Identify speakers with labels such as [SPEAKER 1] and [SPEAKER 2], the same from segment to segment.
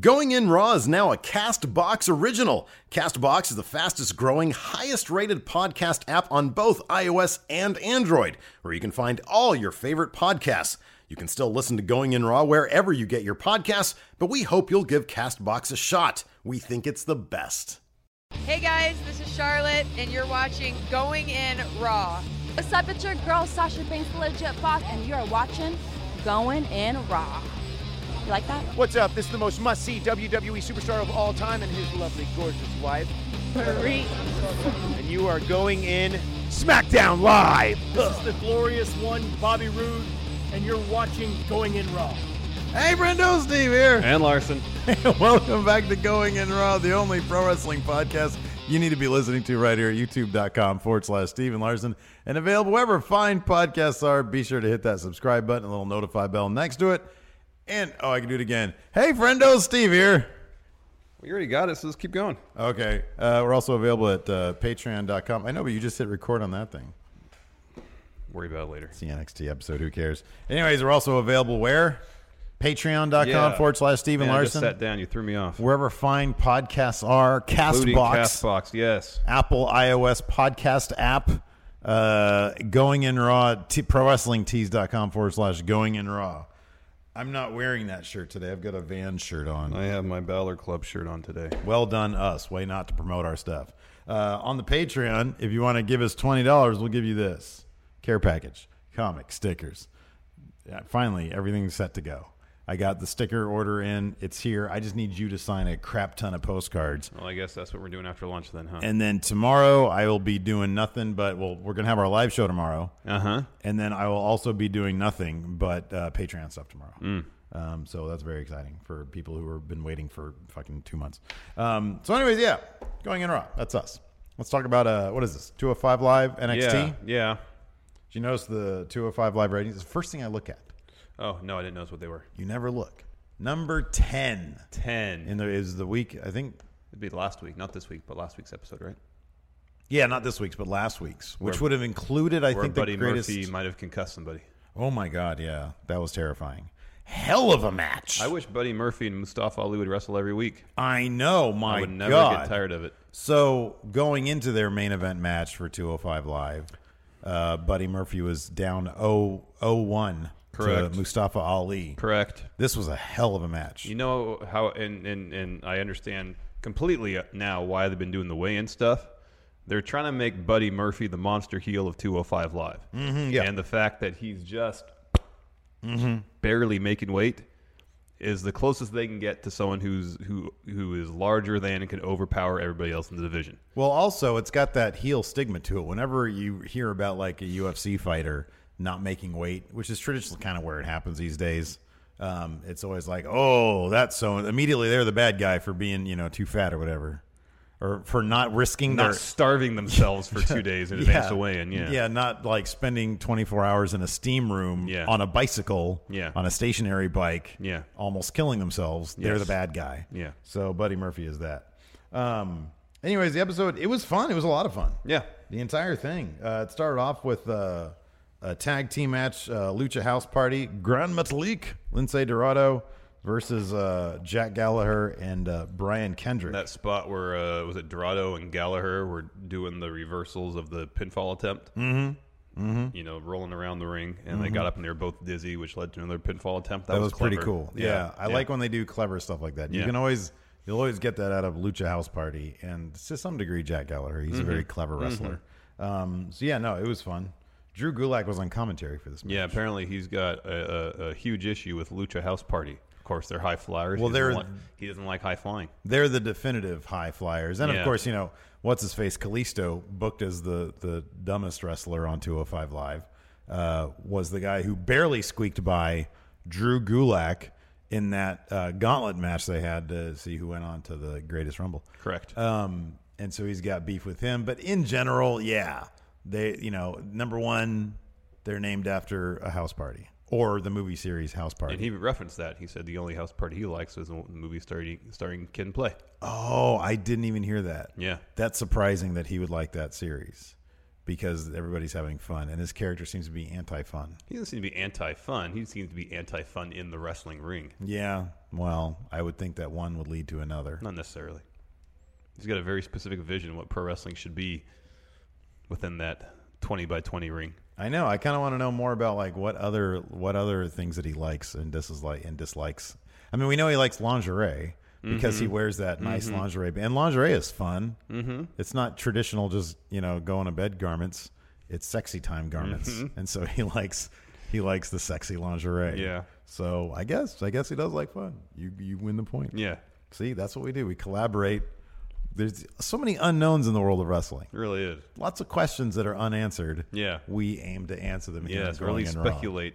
[SPEAKER 1] Going In Raw is now a Castbox original. Castbox is the fastest growing, highest rated podcast app on both iOS and Android, where you can find all your favorite podcasts. You can still listen to Going In Raw wherever you get your podcasts, but we hope you'll give Castbox a shot. We think it's the best.
[SPEAKER 2] Hey guys, this is Charlotte, and you're watching Going In Raw.
[SPEAKER 3] What's up, it's your girl Sasha Banks, the legit boss, and you're watching Going In Raw. You like that?
[SPEAKER 4] What's up? This is the most must see WWE E superstar of all time and his lovely, gorgeous wife,
[SPEAKER 3] Marie.
[SPEAKER 4] and you are going in SmackDown Live.
[SPEAKER 5] This is the glorious one, Bobby Roode, and you're watching Going In Raw.
[SPEAKER 6] Hey, Brendo, Steve here.
[SPEAKER 7] And Larson.
[SPEAKER 6] Welcome back to Going In Raw, the only pro wrestling podcast you need to be listening to right here at youtube.com forward slash Uh, Steven Larson and available wherever fine podcasts are. Be sure to hit that subscribe button, a little notify bell next to it. And oh, I can do it again. Hey, friendo, Steve here.
[SPEAKER 7] We already got it, so let's keep going.
[SPEAKER 6] Okay. Uh, we're also available at uh, patreon.com. I know, but you just hit record on that thing.
[SPEAKER 7] Worry about it later.
[SPEAKER 6] It's the NXT episode. Who cares? Anyways, we're also available where? Patreon.com
[SPEAKER 7] Yeah.
[SPEAKER 6] forward slash Steven
[SPEAKER 7] Man, I just
[SPEAKER 6] Larson.
[SPEAKER 7] sat down. You threw me off.
[SPEAKER 6] Wherever fine podcasts are,
[SPEAKER 7] Including
[SPEAKER 6] Castbox,
[SPEAKER 7] Castbox, yes.
[SPEAKER 6] Apple iOS podcast app, uh, going in raw, t- pro wrestling tees.com forward slash going in raw. I'm not wearing that shirt today. I've got a van shirt on.
[SPEAKER 7] I have my Balor Club shirt on today.
[SPEAKER 6] Well done, us. Way not to promote our stuff. Uh, on the Patreon, if you want to give us twenty dollars, we'll give you this care package, comic stickers. Yeah, finally, everything's set to go. I got the sticker order in. It's here. I just need you to sign a crap ton of postcards.
[SPEAKER 7] Well, I guess that's what we're doing after lunch then, huh?
[SPEAKER 6] And then tomorrow, I will be doing nothing but, well, we're going to have our live show tomorrow.
[SPEAKER 7] Uh huh.
[SPEAKER 6] And then I will also be doing nothing but uh, Patreon stuff tomorrow.
[SPEAKER 7] Mm.
[SPEAKER 6] Um, so that's very exciting for people who have been waiting for fucking two months. Um, so, anyways, yeah, going in raw. That's us. Let's talk about uh, what is this? 205 Live NXT?
[SPEAKER 7] Yeah.
[SPEAKER 6] Did
[SPEAKER 7] Yeah.
[SPEAKER 6] you notice the 205 Live ratings? It's the first thing I look at.
[SPEAKER 7] Oh no, I didn't notice what they were.
[SPEAKER 6] You never look. Number 10
[SPEAKER 7] Ten.
[SPEAKER 6] in the, is the week, I think.
[SPEAKER 7] It'd be last week, not this week, but last week's episode, right?
[SPEAKER 6] Yeah, not this week's, but last week's, which
[SPEAKER 7] Where-
[SPEAKER 6] would have included, I
[SPEAKER 7] Where
[SPEAKER 6] think,
[SPEAKER 7] Buddy
[SPEAKER 6] the greatest.
[SPEAKER 7] Murphy might have concussed somebody.
[SPEAKER 6] Oh my God, yeah. That was terrifying. Hell of a match.
[SPEAKER 7] I wish Buddy Murphy and Mustafa Ali would wrestle every week.
[SPEAKER 6] I know, my
[SPEAKER 7] I would never
[SPEAKER 6] God.
[SPEAKER 7] get tired of it.
[SPEAKER 6] So going into their main event match for 205 Live, uh, Buddy Murphy was down 0 01 to
[SPEAKER 7] Correct.
[SPEAKER 6] Mustafa Ali.
[SPEAKER 7] Correct.
[SPEAKER 6] This was a hell of a match.
[SPEAKER 7] You know how, and, and, and I understand completely now why they've been doing the weigh in stuff. They're trying to make Buddy Murphy the monster heel of 205 Live. Mm-hmm,
[SPEAKER 6] yeah. Mm-hmm.
[SPEAKER 7] And the fact that he's just barely making weight is the closest they can get to someone who's who who is larger than and can overpower everybody else in the division.
[SPEAKER 6] Well, also, it's got that heel stigma to it. Whenever you hear about like a UFC fighter not making weight, which is traditionally kind of where it happens these days, um, it's always like, oh, that's so. Immediately, they're the bad guy for being, you know, too fat or whatever, or for not risking
[SPEAKER 7] Not
[SPEAKER 6] their.
[SPEAKER 7] starving themselves for two days in advance to weigh in. Yeah.
[SPEAKER 6] yeah, not like spending 24 hours in a steam room
[SPEAKER 7] Yeah.
[SPEAKER 6] on a bicycle,
[SPEAKER 7] Yeah.
[SPEAKER 6] on a stationary bike,
[SPEAKER 7] Yeah.
[SPEAKER 6] almost killing themselves. They're
[SPEAKER 7] Yes.
[SPEAKER 6] the bad guy.
[SPEAKER 7] Yeah.
[SPEAKER 6] So Buddy Murphy is that. Um, anyways, the episode it was fun. It was a lot of fun.
[SPEAKER 7] Yeah.
[SPEAKER 6] The entire thing. Uh, it started off with uh, a tag team match, uh, Lucha House Party, Grand Metalik, Lindsay Dorado versus uh, Jack Gallagher and uh, Brian Kendrick.
[SPEAKER 7] That spot where uh, was it Dorado and Gallagher were doing the reversals of the pinfall attempt. Mm-hmm. Mm-hmm. You know, rolling around the ring, and they got up and they were both dizzy, which led to another pinfall attempt. That,
[SPEAKER 6] Mm-hmm. that was, pretty
[SPEAKER 7] clever.
[SPEAKER 6] cool. Yeah, I like when they do clever stuff like that. You
[SPEAKER 7] Yeah.
[SPEAKER 6] can always you'll always get that out of Lucha House Party and to some degree Jack Gallagher. He's a very clever wrestler. Um, so yeah, no, it was fun. Drew Gulak was on commentary for this match.
[SPEAKER 7] Yeah, apparently he's got a, a, a huge issue with Lucha House Party. Of course, they're high flyers.
[SPEAKER 6] Well,
[SPEAKER 7] he doesn't
[SPEAKER 6] they're-
[SPEAKER 7] like- he doesn't like high flying.
[SPEAKER 6] They're the definitive high flyers. And of
[SPEAKER 7] Yeah.
[SPEAKER 6] course, you know, what's his face? Kalisto, booked as the, the dumbest wrestler on 205 Live, uh, was the guy who barely squeaked by Drew Gulak in that uh, gauntlet match they had to see who went on to the greatest rumble.
[SPEAKER 7] Correct.
[SPEAKER 6] Um, and so he's got beef with him. But in general, yeah, they you know number one, they're named after a house party or the movie series House Party.
[SPEAKER 7] And he referenced that. He said the only house party he likes was the movie starring, starring Ken Play.
[SPEAKER 6] Oh, I didn't even hear that.
[SPEAKER 7] Yeah.
[SPEAKER 6] That's surprising that he would like that series because everybody's having fun and his character seems to be anti-fun.
[SPEAKER 7] He doesn't seem to be anti-fun. He seems to be anti-fun in the wrestling ring.
[SPEAKER 6] Yeah. Well, I would think that one would lead to another.
[SPEAKER 7] Not necessarily. He's got a very specific vision of what pro wrestling should be within that 20 by 20 ring.
[SPEAKER 6] I know. I kind of want to know more about like what other what other things that he likes and dislikes like and dislikes. I mean, we know he likes lingerie because he wears that nice
[SPEAKER 7] Mhm.
[SPEAKER 6] lingerie, and lingerie is fun.
[SPEAKER 7] Mhm.
[SPEAKER 6] It's not traditional, just you know, going to bed garments. It's sexy time garments,
[SPEAKER 7] Mhm.
[SPEAKER 6] and so he likes he likes the sexy lingerie.
[SPEAKER 7] Yeah.
[SPEAKER 6] So I guess I guess he does like fun. You you win the point.
[SPEAKER 7] Yeah.
[SPEAKER 6] See, that's what we do. We collaborate. There's so many unknowns in the world of wrestling.
[SPEAKER 7] It really is.
[SPEAKER 6] Lots of questions that are unanswered.
[SPEAKER 7] Yeah.
[SPEAKER 6] We aim to answer them. here
[SPEAKER 7] Yeah.
[SPEAKER 6] on
[SPEAKER 7] Or at
[SPEAKER 6] Growing
[SPEAKER 7] least
[SPEAKER 6] and Raw.
[SPEAKER 7] speculate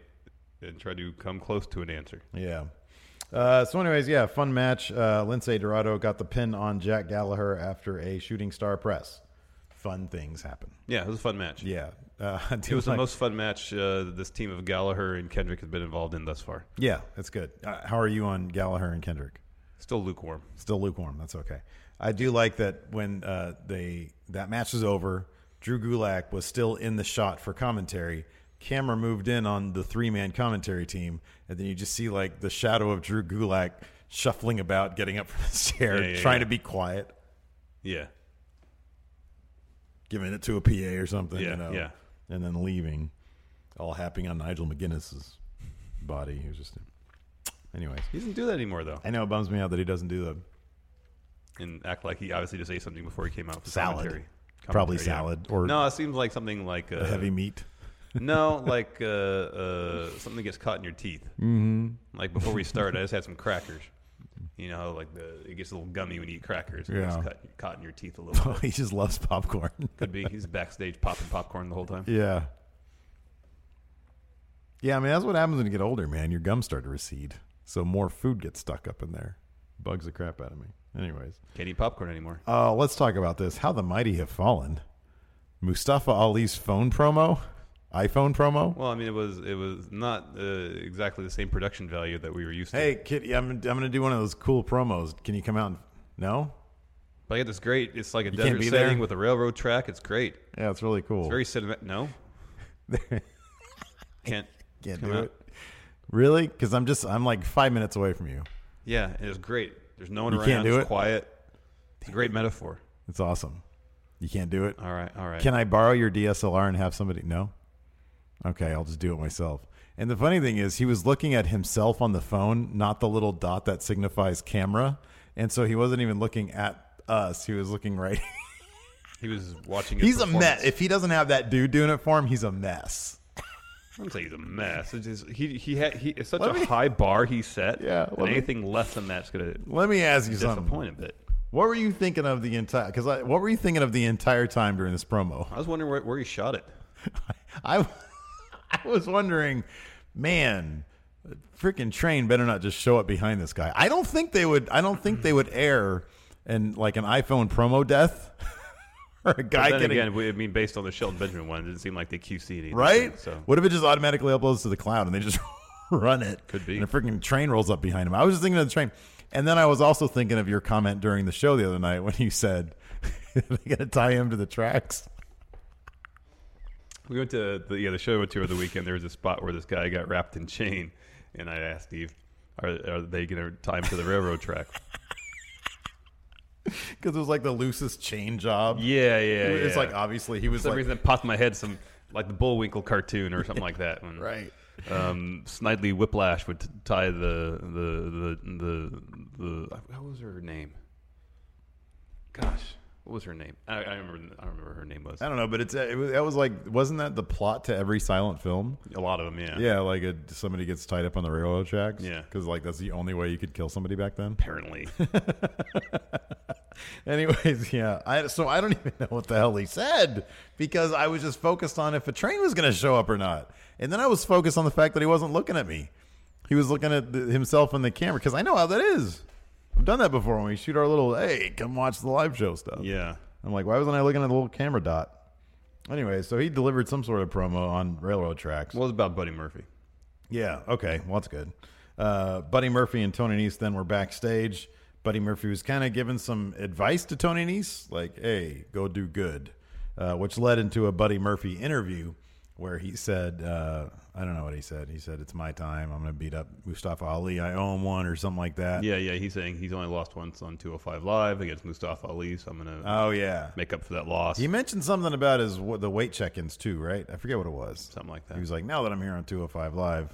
[SPEAKER 7] and try to come close to an answer.
[SPEAKER 6] Yeah. Uh, so, anyways, yeah, fun match. Uh, Lindsay Dorado got the pin on Jack Gallagher after a shooting star press. Fun things happen.
[SPEAKER 7] Yeah. It was a fun match.
[SPEAKER 6] Yeah. Uh,
[SPEAKER 7] It was the most fun match uh, this team of Gallagher and Kendrick has been involved in thus far.
[SPEAKER 6] Yeah, that's good. Uh, how are you on Gallagher and Kendrick?
[SPEAKER 7] Still lukewarm.
[SPEAKER 6] Still lukewarm. That's okay. I do like that when uh, they that match is over. Drew Gulak was still in the shot for commentary. Camera moved in on the three man commentary team, and then you just see like the shadow of Drew Gulak shuffling about, getting up from his chair,
[SPEAKER 7] Yeah, yeah,
[SPEAKER 6] trying
[SPEAKER 7] yeah.
[SPEAKER 6] to be quiet,
[SPEAKER 7] Yeah.
[SPEAKER 6] giving it to a PA or something.
[SPEAKER 7] Yeah,
[SPEAKER 6] you know,
[SPEAKER 7] yeah.
[SPEAKER 6] and then leaving, all happening on Nigel McGuinness's body. He was just, anyways.
[SPEAKER 7] He doesn't do that anymore, though.
[SPEAKER 6] I know it bums me out that he doesn't do the
[SPEAKER 7] and act like he obviously just ate something before he came out for
[SPEAKER 6] Salad.
[SPEAKER 7] commentary.
[SPEAKER 6] Probably
[SPEAKER 7] Commentary, yeah.
[SPEAKER 6] salad or-
[SPEAKER 7] no, it seems like something like
[SPEAKER 6] the
[SPEAKER 7] uh,
[SPEAKER 6] heavy meat.
[SPEAKER 7] no, like uh, uh, something gets caught in your teeth.
[SPEAKER 6] Mhm.
[SPEAKER 7] Like before we started, I just had some crackers. You know, like the it gets a little gummy when you eat crackers. and It's
[SPEAKER 6] Yeah.
[SPEAKER 7] cut, caught in your teeth a little. bit.
[SPEAKER 6] he just loves popcorn.
[SPEAKER 7] Could be he's backstage popping popcorn the whole time.
[SPEAKER 6] Yeah. Yeah, I mean that's what happens when you get older, man. Your gums start to recede, so more food gets stuck up in there. Bugs the crap out of me. Anyways,
[SPEAKER 7] Can't eat popcorn anymore.
[SPEAKER 6] uh, let's talk about this. How the mighty have fallen. Mustafa Ali's phone promo, iPhone promo.
[SPEAKER 7] Well, I mean, it was it was not uh, exactly the same production value that we were used to.
[SPEAKER 6] Hey, Kitty, I'm I'm gonna do one of those cool promos. Can you come out? And, no,
[SPEAKER 7] But I get this great. It's like a
[SPEAKER 6] You can't
[SPEAKER 7] desert
[SPEAKER 6] be
[SPEAKER 7] setting
[SPEAKER 6] there?
[SPEAKER 7] with a railroad track. It's great.
[SPEAKER 6] yeah, it's really
[SPEAKER 7] It's
[SPEAKER 6] cool.
[SPEAKER 7] very cinematic. No, can't
[SPEAKER 6] Can't
[SPEAKER 7] come
[SPEAKER 6] do
[SPEAKER 7] out.
[SPEAKER 6] it. Really? Because I'm just I'm like five minutes away from you.
[SPEAKER 7] Yeah, and it's great. There's no one
[SPEAKER 6] You
[SPEAKER 7] around.
[SPEAKER 6] can't do
[SPEAKER 7] it's
[SPEAKER 6] it?
[SPEAKER 7] quiet. It's a great metaphor.
[SPEAKER 6] It's awesome. You can't do it.
[SPEAKER 7] All right, all right.
[SPEAKER 6] Can I borrow your DSLR and have somebody? No. Okay, I'll just do it myself. And the funny thing is, he was looking at himself on the phone, not the little dot that signifies camera, and so he wasn't even looking at us. He was looking right.
[SPEAKER 7] He was watching. His
[SPEAKER 6] he's a mess.
[SPEAKER 7] performance.
[SPEAKER 6] If he doesn't have that dude doing it for him, he's a mess.
[SPEAKER 7] I wouldn't say he's a mess. It's just, he he had he. It's such
[SPEAKER 6] Let
[SPEAKER 7] a
[SPEAKER 6] me-
[SPEAKER 7] high bar he set.
[SPEAKER 6] Yeah,
[SPEAKER 7] and
[SPEAKER 6] let me-
[SPEAKER 7] anything less than that's gonna
[SPEAKER 6] Let me ask you
[SPEAKER 7] disappoint
[SPEAKER 6] something.
[SPEAKER 7] a bit.
[SPEAKER 6] What were you thinking of the entire? Because what were you thinking of the entire time during this promo?
[SPEAKER 7] I was wondering where, where he shot it.
[SPEAKER 6] I, I was wondering, man, freaking train better not just show up behind this guy. I don't think they would. I don't think they would air and like an iPhone promo death or a
[SPEAKER 7] But
[SPEAKER 6] guy
[SPEAKER 7] then
[SPEAKER 6] getting
[SPEAKER 7] again, we, I mean, based on the Shelton Benjamin one, it didn't seem like they QC'd anything.
[SPEAKER 6] right.
[SPEAKER 7] So
[SPEAKER 6] What if it just automatically uploads to the cloud and they just run it?
[SPEAKER 7] Could be.
[SPEAKER 6] And a freaking train rolls up behind him. I was just thinking of the train, and then I was also thinking of your comment during the show the other night when you said they got to tie him to the tracks.
[SPEAKER 7] we went to the yeah the show I went to over the weekend. There was a spot where this guy got wrapped in chain, and I asked Steve, "Are, are they gonna tie him to the railroad track?"
[SPEAKER 6] Because it was like the loosest chain job.
[SPEAKER 7] Yeah, yeah.
[SPEAKER 6] It's
[SPEAKER 7] yeah.
[SPEAKER 6] like obviously he
[SPEAKER 7] For
[SPEAKER 6] was
[SPEAKER 7] some
[SPEAKER 6] like-
[SPEAKER 7] reason it popped in my head some like the Bullwinkle cartoon or something like that. When,
[SPEAKER 6] Right.
[SPEAKER 7] Um, Snidely Whiplash would t- tie the the the the the what was her name? Gosh, what was her name? I, I remember. I don't remember what her name was.
[SPEAKER 6] I don't know, but it's uh, it was, that was like wasn't that the plot to every silent film?
[SPEAKER 7] A lot of them, yeah.
[SPEAKER 6] Yeah, like a, somebody gets tied up on the railroad tracks.
[SPEAKER 7] Yeah.
[SPEAKER 6] because like that's the only way you could kill somebody back then.
[SPEAKER 7] Apparently,
[SPEAKER 6] Anyways, yeah. I so I don't even know what the hell he said because I was just focused on if a train was going to show up or not, and then I was focused on the fact that he wasn't looking at me. he was looking at the, himself in the camera because I know how that is. I've done that before when we shoot our little hey, come watch the live show stuff.
[SPEAKER 7] Yeah.
[SPEAKER 6] I'm like, why wasn't I looking at the little camera dot? Anyway, so he delivered some sort of promo on railroad tracks.
[SPEAKER 7] Well, it's about Buddy Murphy.
[SPEAKER 6] Yeah. Okay. Well, that's good. Uh, Buddy Murphy and Tony Nese then were backstage. Buddy Murphy was kind of giving some advice to Tony Nese, like, "Hey, go do good," uh, which led into a Buddy Murphy interview where he said, uh, "I don't know what he said. He said it's my time. I'm going to beat up Mustafa Ali. I owe him one or something like that."
[SPEAKER 7] Yeah, yeah. He's saying he's only lost once on 205 Live against Mustafa Ali, so I'm gonna
[SPEAKER 6] Oh yeah.
[SPEAKER 7] make up for that loss.
[SPEAKER 6] He mentioned something about his the weight check-ins too, right? I forget what it was.
[SPEAKER 7] Something like that.
[SPEAKER 6] He was like, "Now that I'm here on 205 Live,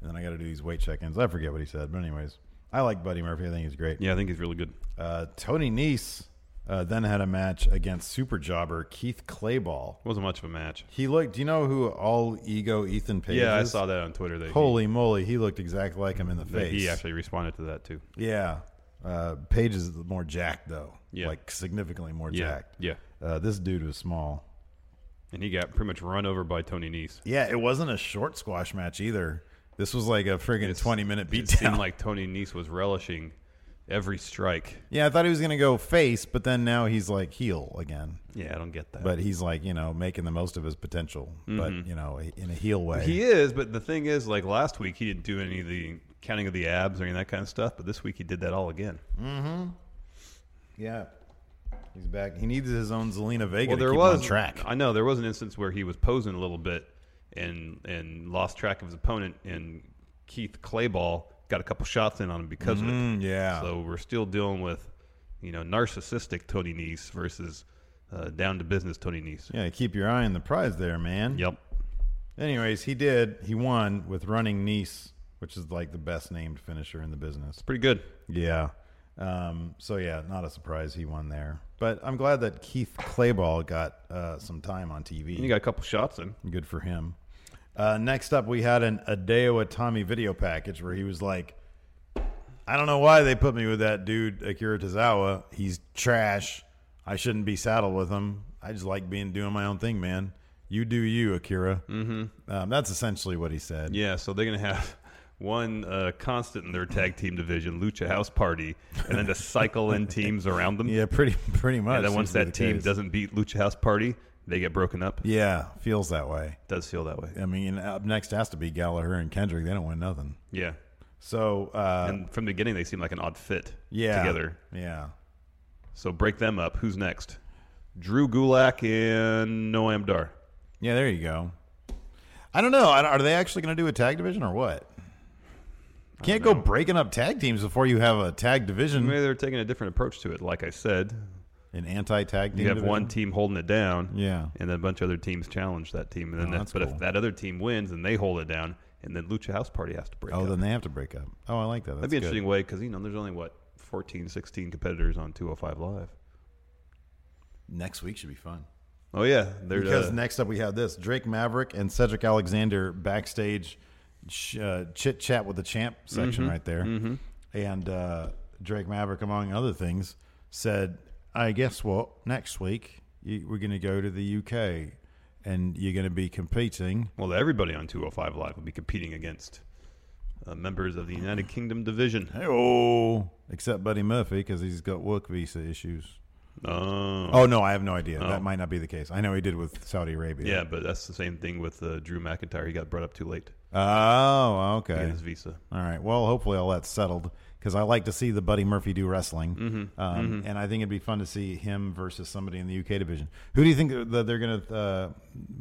[SPEAKER 6] and then I got to do these weight check-ins." I forget what he said, but anyways, I like Buddy Murphy. I think he's great.
[SPEAKER 7] yeah, I think he's really good.
[SPEAKER 6] Uh, Tony Nese uh, then had a match against super jobber Keith Clayball.
[SPEAKER 7] Wasn't much of a match.
[SPEAKER 6] He looked. Do you know who all ego Ethan Page?
[SPEAKER 7] Yeah, I
[SPEAKER 6] is?
[SPEAKER 7] saw that on Twitter. That
[SPEAKER 6] Holy moly, he looked exactly like him in the
[SPEAKER 7] he, that
[SPEAKER 6] face.
[SPEAKER 7] he actually responded to that too.
[SPEAKER 6] Yeah. Uh, Page is more jacked though.
[SPEAKER 7] Yeah.
[SPEAKER 6] Like significantly more
[SPEAKER 7] Yeah,
[SPEAKER 6] jacked.
[SPEAKER 7] yeah.
[SPEAKER 6] Uh, this dude was small.
[SPEAKER 7] And he got pretty much run over by Tony Nese.
[SPEAKER 6] Yeah, it wasn't a short squash match either. This was like a friggin' twenty minute
[SPEAKER 7] It seemed
[SPEAKER 6] beatdown.
[SPEAKER 7] like Tony Nese was relishing every strike.
[SPEAKER 6] yeah, I thought he was gonna go face, but then now he's like heel again.
[SPEAKER 7] Yeah, I don't get that.
[SPEAKER 6] But he's like you know making the most of his potential, but you know in a heel way.
[SPEAKER 7] Mm-hmm. he is. But the thing is, like last week, he didn't do any of the counting of the abs or any of that kind of stuff. But this week, he did that all again.
[SPEAKER 6] yeah, he's back. He needs his own Zelina Vega
[SPEAKER 7] well,
[SPEAKER 6] to
[SPEAKER 7] there
[SPEAKER 6] keep him
[SPEAKER 7] was
[SPEAKER 6] on track.
[SPEAKER 7] I know there was an instance where he was posing a little bit and and lost track of his opponent, and Keith Clayball got a couple shots in on him because of
[SPEAKER 6] Mm,
[SPEAKER 7] it.
[SPEAKER 6] yeah.
[SPEAKER 7] So we're still dealing with, you know, narcissistic Tony Nese versus uh, down to business Tony Nese.
[SPEAKER 6] yeah, keep your eye on the prize there, man.
[SPEAKER 7] Yep.
[SPEAKER 6] Anyways, he did. He won with running Nice, which is like the best named finisher in the business.
[SPEAKER 7] Pretty good.
[SPEAKER 6] Yeah. Um, so yeah, not a surprise he won there. But I'm glad that Keith Clayball got uh, some time on TV.
[SPEAKER 7] And you got a couple shots in.
[SPEAKER 6] Good for him. Uh, next up, we had an Adeo Atami video package where he was like, "I don't know why they put me with that dude Akira Tozawa. He's trash. I shouldn't be saddled with him. I just like being doing my own thing, man. You do you, Akira. Mm-hmm. Um, that's essentially what he said.
[SPEAKER 7] Yeah, so they're gonna have one uh, constant in their tag team division, Lucha House Party, and then to cycle in teams around them.
[SPEAKER 6] Yeah, pretty pretty much.
[SPEAKER 7] And then
[SPEAKER 6] seems
[SPEAKER 7] once
[SPEAKER 6] to be
[SPEAKER 7] that
[SPEAKER 6] the
[SPEAKER 7] team
[SPEAKER 6] case.
[SPEAKER 7] doesn't beat Lucha House Party, they get broken up.
[SPEAKER 6] yeah, feels that way.
[SPEAKER 7] does feel that way.
[SPEAKER 6] I mean, up next has to be Gallagher and Kendrick. They don't win nothing.
[SPEAKER 7] Yeah.
[SPEAKER 6] So, uh,
[SPEAKER 7] and from the beginning, they seem like an odd fit
[SPEAKER 6] yeah,
[SPEAKER 7] together.
[SPEAKER 6] yeah,
[SPEAKER 7] So break them up. Who's next? Drew Gulak and Noam Dar.
[SPEAKER 6] yeah. There you go. I don't know. I don't- Are they actually going to do a tag division or what? Can't go breaking up tag teams before you have a tag
[SPEAKER 7] Maybe
[SPEAKER 6] division,
[SPEAKER 7] they're taking a different approach to it. Like I said,
[SPEAKER 6] an anti-tag team.
[SPEAKER 7] you have
[SPEAKER 6] division.
[SPEAKER 7] one team holding it down,
[SPEAKER 6] Yeah.
[SPEAKER 7] and then a bunch of other teams challenge that team, and then
[SPEAKER 6] Oh,
[SPEAKER 7] that-
[SPEAKER 6] that's
[SPEAKER 7] but
[SPEAKER 6] cool.
[SPEAKER 7] if that other team wins and they hold it down, and then Lucha House Party has to break
[SPEAKER 6] Oh,
[SPEAKER 7] up.
[SPEAKER 6] then they have to break up. Oh, I like that.
[SPEAKER 7] That'd
[SPEAKER 6] That's
[SPEAKER 7] be an
[SPEAKER 6] good.
[SPEAKER 7] interesting way because you know there's only what 14, 16 competitors on 205 Live.
[SPEAKER 6] Next week should be fun.
[SPEAKER 7] Oh yeah, there's
[SPEAKER 6] because
[SPEAKER 7] uh,
[SPEAKER 6] next up we have this Drake Maverick and Cedric Alexander backstage sh- uh, chit chat with the champ section
[SPEAKER 7] Mm-hmm.
[SPEAKER 6] right there, and uh, Drake Maverick, among other things, said, "I guess what next week you, we're going to go to the UK, and you're going to be competing."
[SPEAKER 7] well everybody on 205 Live will be competing against uh, members of the United Kingdom division.
[SPEAKER 6] Oh, except Buddy Murphy because he's got work visa issues.
[SPEAKER 7] Oh.
[SPEAKER 6] Oh no, I have no idea.
[SPEAKER 7] Oh.
[SPEAKER 6] That might not be the case. I know he did with Saudi Arabia.
[SPEAKER 7] Yeah, but that's the same thing with uh, Drew McIntyre. He got brought up too late.
[SPEAKER 6] Oh,
[SPEAKER 7] He
[SPEAKER 6] okay.
[SPEAKER 7] got his visa.
[SPEAKER 6] All right. Well, hopefully all that's settled because I like to see the Buddy Murphy do wrestling,
[SPEAKER 7] Mm-hmm.
[SPEAKER 6] Um, and I think it'd be fun to see him versus somebody in the UK division. Who do you think that they're going to uh,